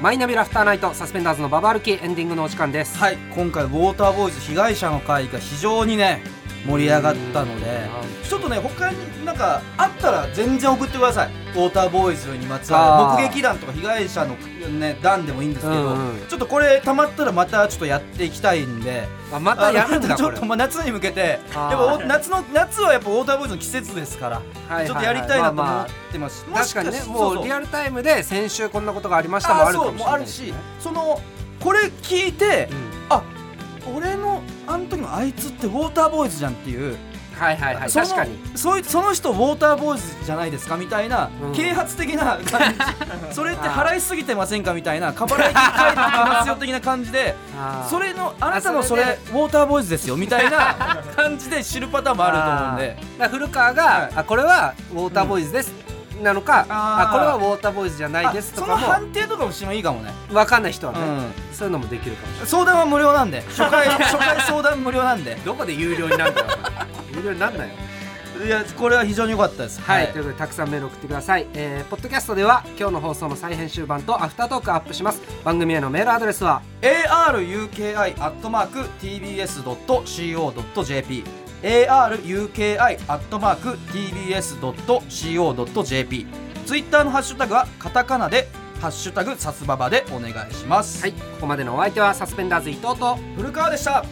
Speaker 1: マイナビラフターナイトサスペンダーズのババ歩きエンディングのお時間です
Speaker 2: はい今回ウォーターボーイズ被害者の会が非常にね盛り上がったので
Speaker 1: う
Speaker 2: ちょっとね他になんかあったら全然送ってくださいウォーターボーイズにまつ
Speaker 1: あ
Speaker 2: わ
Speaker 1: ー
Speaker 2: る目撃談とか被害者の、ね、談でもいいんですけ
Speaker 1: う
Speaker 2: ど、
Speaker 1: んうん
Speaker 2: ちょっとこれたまったらまたちょっとやっていきたいんで
Speaker 1: あまたやるん
Speaker 2: あ
Speaker 1: だ
Speaker 2: のちょ
Speaker 1: こ
Speaker 2: っ
Speaker 1: れ
Speaker 2: とまあ夏に向けて
Speaker 1: あー
Speaker 2: やっぱお夏の夏はやっぱウォーターボーイズの季節ですから、
Speaker 1: はいはいはい
Speaker 2: ちょっとやりたいなと
Speaker 1: まあ
Speaker 2: 思
Speaker 1: まあ
Speaker 2: ってます、
Speaker 1: 確かにねもうリ
Speaker 2: アル
Speaker 1: アルタイムで先週こんなことがありましたもあるかもしれないですね
Speaker 2: そうもうあるしそのこれ聞いて、
Speaker 1: うん
Speaker 2: あ俺のあの時のあいつってウォーターボーイズじゃんっていう
Speaker 1: はいはいはい
Speaker 2: その
Speaker 1: 確かに
Speaker 2: そういその人ウォーターボーイズじゃないですかみたいな、
Speaker 1: うん
Speaker 2: 啓発的な感 じそれって払いすぎてませんかみたいな過払いに書いてきますよ的な感じで
Speaker 1: あー
Speaker 2: それのあなたの
Speaker 1: あ
Speaker 2: そ
Speaker 1: そ
Speaker 2: れ
Speaker 1: れで
Speaker 2: ウォーターボーイズですよみたいな 感じで知るパターンもあると思うんで
Speaker 1: あーだから古川が、
Speaker 2: はい
Speaker 1: あこれはウォーターボーイズです、なのか
Speaker 2: あー
Speaker 1: あこれはウォーターボーイズじゃないで
Speaker 2: あ
Speaker 1: すと
Speaker 2: その
Speaker 1: か
Speaker 2: 判定とかもしてもいいかもね、
Speaker 1: も分かんない人
Speaker 2: う
Speaker 1: はね、
Speaker 2: ん、
Speaker 1: そういうのもできるかもしれない
Speaker 2: 相談は無料なんで初 回初回相談無料なんで
Speaker 1: どこで有料になるんだろうな 有料になんないよ
Speaker 2: いやこれは非常に良かったです
Speaker 1: はい、ということでたくさんメール送ってください、えー、ポッドキャストでは今日の放送の再編集版とアフタートークアップします番組へのメールアドレスは
Speaker 2: aruki.tbs.co.jp aruki.tbs.co.jp ツイッターのハッシュタグはカタカナで「ハッシュタグサスババ」でお願いします、
Speaker 1: はいここまでのお相手はサスペンダーズ伊藤と
Speaker 2: 古川でした